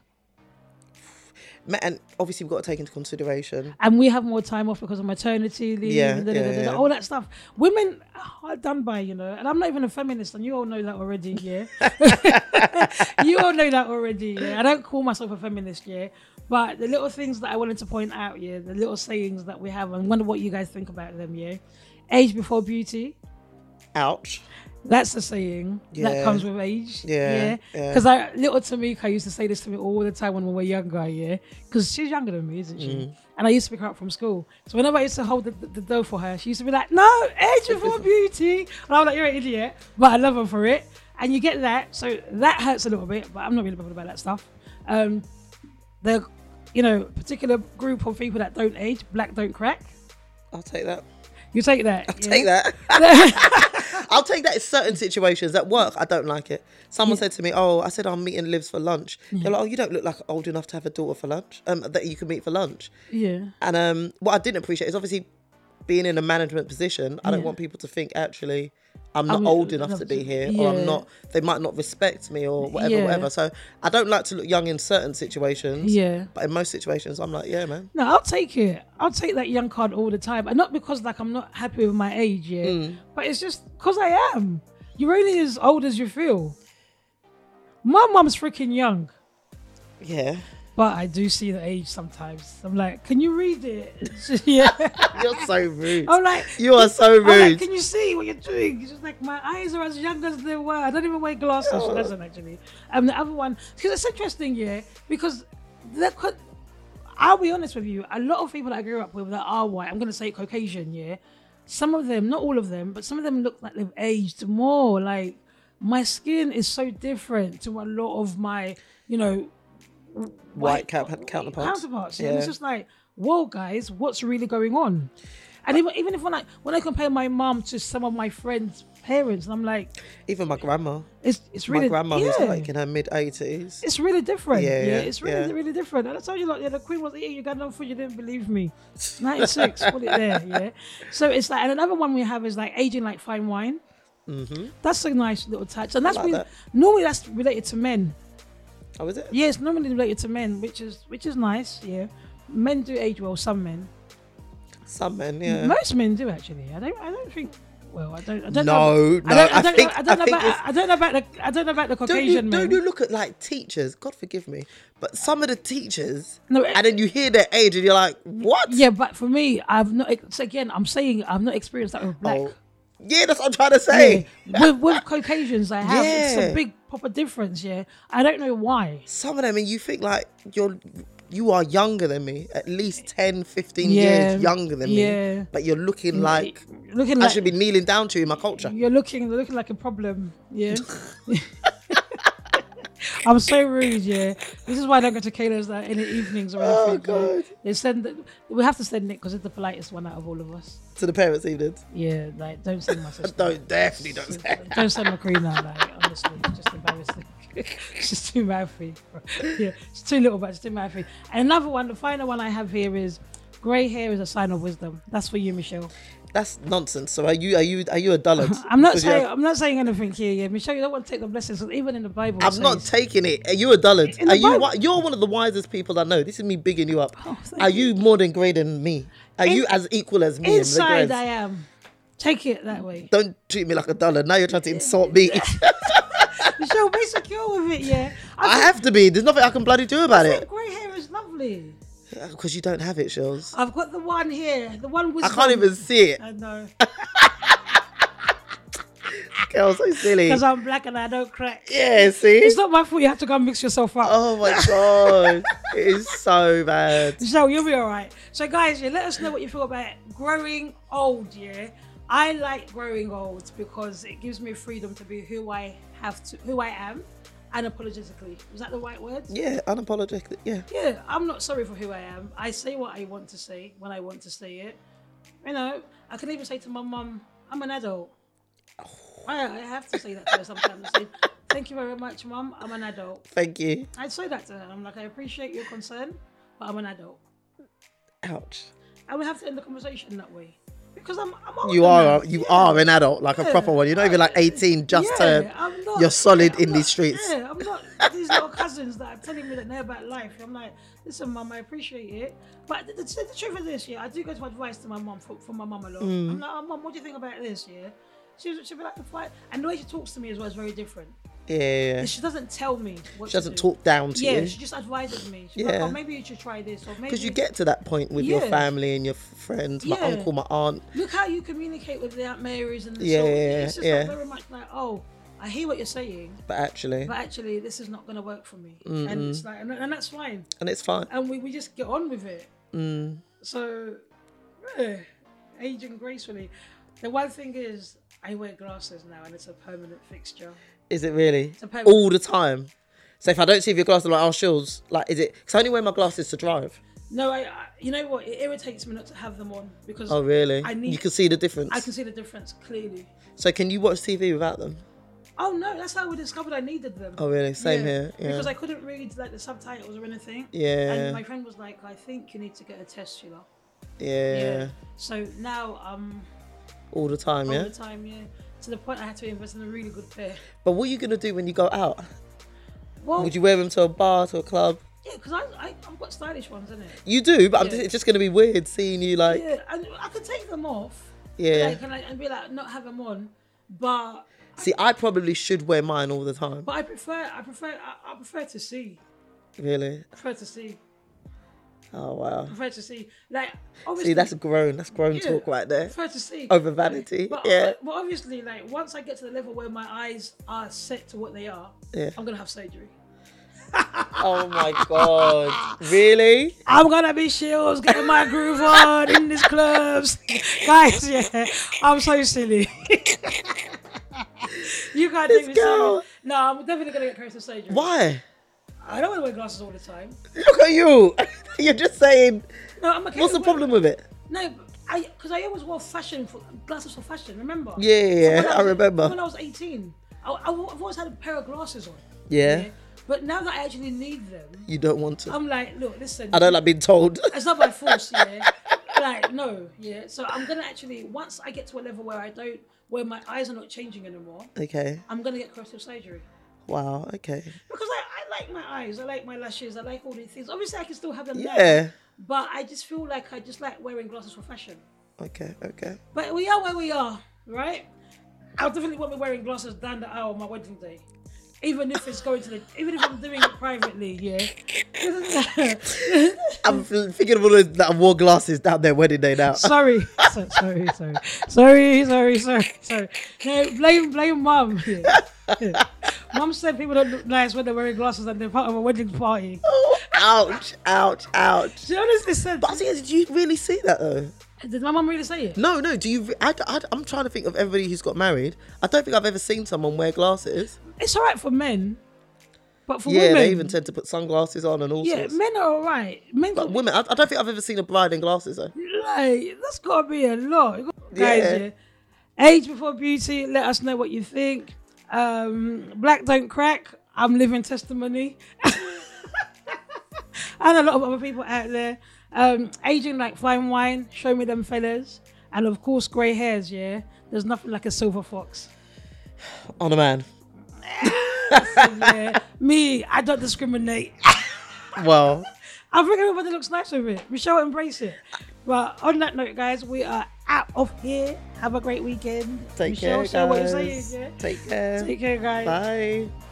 B: Ma- And obviously, we've got to take into consideration.
A: And we have more time off because of maternity leave,
B: Yeah,
A: and da- da- da-
B: yeah,
A: da- da,
B: yeah.
A: all that stuff. Women are done by, you know, and I'm not even a feminist, and you all know that already, yeah. you all know that already. Yeah, I don't call myself a feminist, yeah. But the little things that I wanted to point out, yeah, the little sayings that we have, and wonder what you guys think about them, yeah. Age before beauty.
B: Ouch.
A: That's the saying that
B: Yeah.
A: comes with age.
B: Yeah, yeah.
A: Because I little Tamika used to say this to me all the time when we were younger. Yeah. Because she's younger than me, isn't she?
B: Mm-hmm.
A: And I used to pick her up from school. So whenever I used to hold the, the, the dough for her, she used to be like, "No, age before beauty." And I'm like, "You're an idiot," but I love her for it. And you get that, so that hurts a little bit. But I'm not really bothered about that stuff. Um, the you know particular group of people that don't age, black don't crack.
B: I'll take that.
A: You take that. yeah?
B: Take that. I'll take that in certain situations. At work, I don't like it. Someone said to me, Oh, I said I'm meeting Livs for lunch. They're like, Oh, you don't look like old enough to have a daughter for lunch, um, that you can meet for lunch.
A: yeah.
B: And um, what I didn't appreciate is obviously being in a management position, I don't
A: Yeah.
B: want people to think actually I'm not
A: I'm
B: old enough to
A: not-
B: be here or
A: yeah.
B: I'm not, they might not respect me or whatever,
A: Yeah.
B: whatever. So I don't like to look young in certain situations.
A: Yeah.
B: But in most situations, I'm like, yeah, man.
A: No, I'll take it. I'll take that young card all the time, and not because like I'm not happy with my age, yeah, but it's just because I am. You're only as old as you feel. My mum's freaking young,
B: Yeah.
A: but I do see the age sometimes. I'm like, can you read it? yeah,
B: You're so rude.
A: I'm like.
B: you are so
A: I'm like,
B: rude.
A: Oh, can you see what you're doing? It's just like my eyes are as young as they were. I don't even wear glasses. She doesn't actually. Um, the other one because it's interesting, yeah. Because that could, I'll be honest with you. A lot of people that I grew up with that are white. I'm gonna say Caucasian, yeah. Some of them, not all of them, but some of them look like they've aged more. Like my skin is so different to a lot of my, you know,
B: White cap- counterparts.
A: counterparts. Yeah. And it's
B: Yeah.
A: just like, whoa, guys, what's really going on? And even even if when I when I compare my mum to some of my friends' parents, and I'm like,
B: Even my grandma.
A: it's it's
B: My
A: really
B: grandma
A: yeah,
B: who's like in her mid 80s.
A: it's really different. Yeah,
B: Yeah, yeah,
A: it's really
B: yeah.
A: really different. And I told you, like, yeah, the Queen was eating Ugandan food. You didn't believe me. Ninety six, put it there. Yeah. So it's like, and another one we have is like aging like fine wine. That's a nice little touch, and that's
B: Mm-hmm. like
A: been
B: that.
A: normally that's related to men.
B: Oh, is it?
A: Yeah, it's normally related to men, which is which is nice, yeah. men do age well. Some men,
B: Some men, yeah.
A: most men do actually. I don't. I don't think. Well, I don't. I
B: no,
A: don't know.
B: no.
A: I don't, I
B: I
A: don't,
B: think
A: I don't know
B: I think
A: about.
B: it's-
A: I don't know about the. I don't know about the
B: don't
A: Caucasian
B: you, don't
A: men.
B: you look at like teachers? God forgive me, but some of the teachers,
A: No,
B: and then you hear their age, and you're like, "What?
A: yeah, but for me, I've not. ex- So again, I'm saying I've not experienced that with black.
B: Oh, yeah, that's what I'm trying to say."
A: Yeah. with, with Caucasians, I have. It's
B: Yeah.
A: a big proper difference. Yeah, I don't know why.
B: Some of them, and you think like you're, you are younger than me, at least 10, 15
A: Yeah.
B: years younger than
A: Yeah.
B: me, but you're looking like
A: Looking
B: I
A: like
B: should be kneeling down to you in my culture.
A: you're looking, you're looking like a problem. Yeah. I'm so rude. Yeah. This is why I don't go to Kayla's like, in the evenings or
B: Oh,
A: anything. yeah.
B: God.
A: They send. We have to send Nick because it's the politest one out of all of us.
B: To the parents' evening,
A: Yeah. Like, don't send my sister.
B: don't definitely don't. Say.
A: Don't send Macarena, like, honestly, it's just embarrassing. it's just too mouthy. Yeah, it's too little, but it's too mouthy. And another one, the final one I have here is grey hair is a sign of wisdom. That's for you, Michelle.
B: That's nonsense. So are you? Are you? Are you a dullard?
A: I'm not
B: Because you're-
A: saying I'm not saying anything here, yeah. Michelle, you don't want to take the blessings 'cause even in the Bible. it
B: I'm not
A: says-
B: taking it. Are you a dullard?
A: In the
B: Are you?
A: Bible-
B: wi- You're one of the wisest people I know. This is me bigging you up.
A: Oh, thank
B: Are you more than great than me? Are
A: In-
B: you as equal as me? in the
A: inside
B: grades?
A: I am. Take it that way.
B: Don't treat me like a dullard. Now you're trying to insult me.
A: Michelle, be secure with it, yeah.
B: I have to be. There's nothing I can bloody do about it
A: grey hair is lovely.
B: because you don't have it, Shels.
A: I've got the one here, the one with
B: I can't even see it.
A: I know.
B: Girl, so silly.
A: Because I'm black and I don't crack.
B: Yeah, see.
A: It's not my fault you have to go and mix yourself up.
B: Oh my god, it is so bad.
A: So you'll be all right. So guys, yeah, let us know what you feel about growing old. Yeah, I like growing old because it gives me freedom to be who I have to, who I am, unapologetically. Is that the right word?
B: Yeah, unapologetic. Yeah,
A: Yeah, I'm not sorry for who I am. I say what I want to say when I want to say it. You know, I can even say to my mum, I'm an adult. I, I have to say that to her sometimes. I say, Thank you very much, mum. I'm an adult.
B: thank you.
A: I'd say that to her. I'm like, I appreciate your concern, but I'm an adult.
B: Ouch.
A: and we have to end the conversation that way because I'm, I'm older
B: You
A: now.
B: are a- you
A: Oh, Yeah.
B: are an adult, like a proper one. You're not even like 18, just
A: Yeah,
B: turned.
A: I'm not-
B: you're solid
A: I'm
B: in
A: not-
B: these streets.
A: Yeah, I'm not these little cousins that are telling me that they're about life. I'm like, listen, mum, I appreciate it, but the, the, the truth of this, yeah, I do go to advice to my mum for, for my mum a lot.
B: Mm.
A: I'm like, oh, mum, what do you think about this? Yeah, she she'll be like, "Why?" and the way she talks to me as well is very different.
B: Yeah, yeah, yeah.
A: She doesn't tell me. What
B: She
A: to
B: doesn't
A: do.
B: talk down to
A: Yeah,
B: you
A: she just advises me. She's like,
B: Yeah.
A: oh, maybe you should try this, or maybe
B: because you get to that point with your
A: Yeah.
B: family and your f- friends. My
A: Yeah.
B: uncle, my aunt.
A: look how you communicate with the Aunt Marys and the
B: Yeah,
A: sort of-
B: yeah,
A: it's just
B: yeah.
A: Like very much like, oh, I hear what you're saying,
B: But actually,
A: but actually this is not going to work for me, and it's like, and, and that's fine,
B: and it's fine.
A: and we, we just get on with it.
B: Mm.
A: So, yeah, aging gracefully. The one thing is, I wear glasses now, and it's a permanent fixture.
B: Is it really
A: a permanent-
B: all the time? So if I don't see if your glasses, I'm like, oh, Shills, like, is it? Because I only wear my glasses to drive.
A: No, I, I, you know what? It irritates me not to have them on because
B: Oh, really?
A: I need-
B: you can see the difference.
A: I can see the difference clearly.
B: So can you watch TV without them?
A: Oh no, that's how we discovered I needed them.
B: Oh, really? Same
A: Yeah,
B: here. Yeah.
A: Because I couldn't read like the subtitles or anything.
B: Yeah.
A: And my friend was like, I think you need to get a test, you know.
B: yeah.
A: So now um
B: All the time,
A: all
B: yeah.
A: the time, yeah. To the point I had to invest in a really good pair.
B: But what are you gonna do when you go out?
A: Well,
B: Would you wear them to a bar, to a club?
A: yeah, because I, I I've got stylish ones, isn't it?
B: You do, but I'm
A: Yeah.
B: just, it's just gonna be weird seeing you like,
A: Yeah, and I could take them off.
B: yeah.
A: Like, and, like, and be like not have them on, but
B: See, I probably should wear mine all the time.
A: but I prefer I prefer I, I prefer to see
B: Really?
A: prefer to see
B: Oh wow.
A: prefer to see like obviously
B: See, that's grown. That's grown
A: Yeah.
B: talk right there.
A: prefer to see
B: Over vanity.
A: But,
B: yeah.
A: but obviously, like once I get to the level where my eyes are set to what they are,
B: Yeah.
A: I'm gonna have surgery.
B: Oh my god. Really?
A: I'm gonna be shills getting my groove on in these clubs, guys. Yeah, I'm so silly. you can't take me
B: girl.
A: serious. No, I'm definitely gonna get corrective surgery.
B: Why?
A: I don't want to wear glasses all the time.
B: Look at you. You're just saying.
A: No, I'm okay.
B: What's the
A: with
B: problem with it?
A: No, but I because I always wore fashion for glasses for fashion. Remember?
B: Yeah, yeah,
A: when
B: yeah. I
A: was-
B: remember.
A: When I was 18, I, I, have always had a pair of glasses on.
B: Yeah.
A: But now that I actually need them,
B: You don't want to.
A: I'm like, look, listen,
B: I don't like being told.
A: it's not by force, yeah. like, no, yeah. So I'm gonna actually, once I get to a level where I don't, where my eyes are not changing anymore,
B: Okay.
A: I'm gonna get corrective surgery.
B: Wow. Okay.
A: Because I, I like my eyes, I like my lashes, I like all these things. Obviously, I can still have them now,
B: Yeah.
A: But I just feel like I just like wearing glasses for fashion.
B: Okay, okay.
A: But we are where we are, right? I definitely won't be wearing glasses down the aisle on my wedding day. Even if it's going to the, even if I'm doing it privately, yeah.
B: I'm thinking of all those that wore glasses down their wedding day now.
A: sorry, so, sorry, sorry, sorry, sorry, sorry, sorry. No, blame, blame mum. Yeah. Yeah. Mum said people don't look nice when they're wearing glasses and they're part of a wedding party.
B: Oh, ouch, ouch, ouch.
A: She honestly said,
B: But I think, did you really see that though?
A: did my mum really say it?
B: No, no. Do you? I, am trying to think of everybody who's got married. I don't think I've ever seen someone wear glasses.
A: It's all right for men, but for
B: yeah,
A: women,
B: they even tend to put sunglasses on and all
A: yeah,
B: sorts.
A: men are all right. Men,
B: But
A: can-
B: women, I, I don't think I've ever seen a bride in glasses though.
A: like that's gotta be a lot, You got-
B: Yeah.
A: guys. Yeah. Age before beauty. Let us know what you think. Um, black don't crack. I'm living testimony, and a lot of other people out there. Um, aging like fine wine. Show me them fellas, and of course, grey hairs. Yeah, there's nothing like a silver fox.
B: On a man.
A: Yeah, me. I don't discriminate.
B: Well,
A: I think everybody looks nice with it. We shall embrace it. But on that note, guys, we are out of here. Have a great weekend.
B: take
A: Michelle,
B: care,
A: say what
B: guys.
A: you're saying, yeah?
B: Take care.
A: Take care, guys.
B: Bye.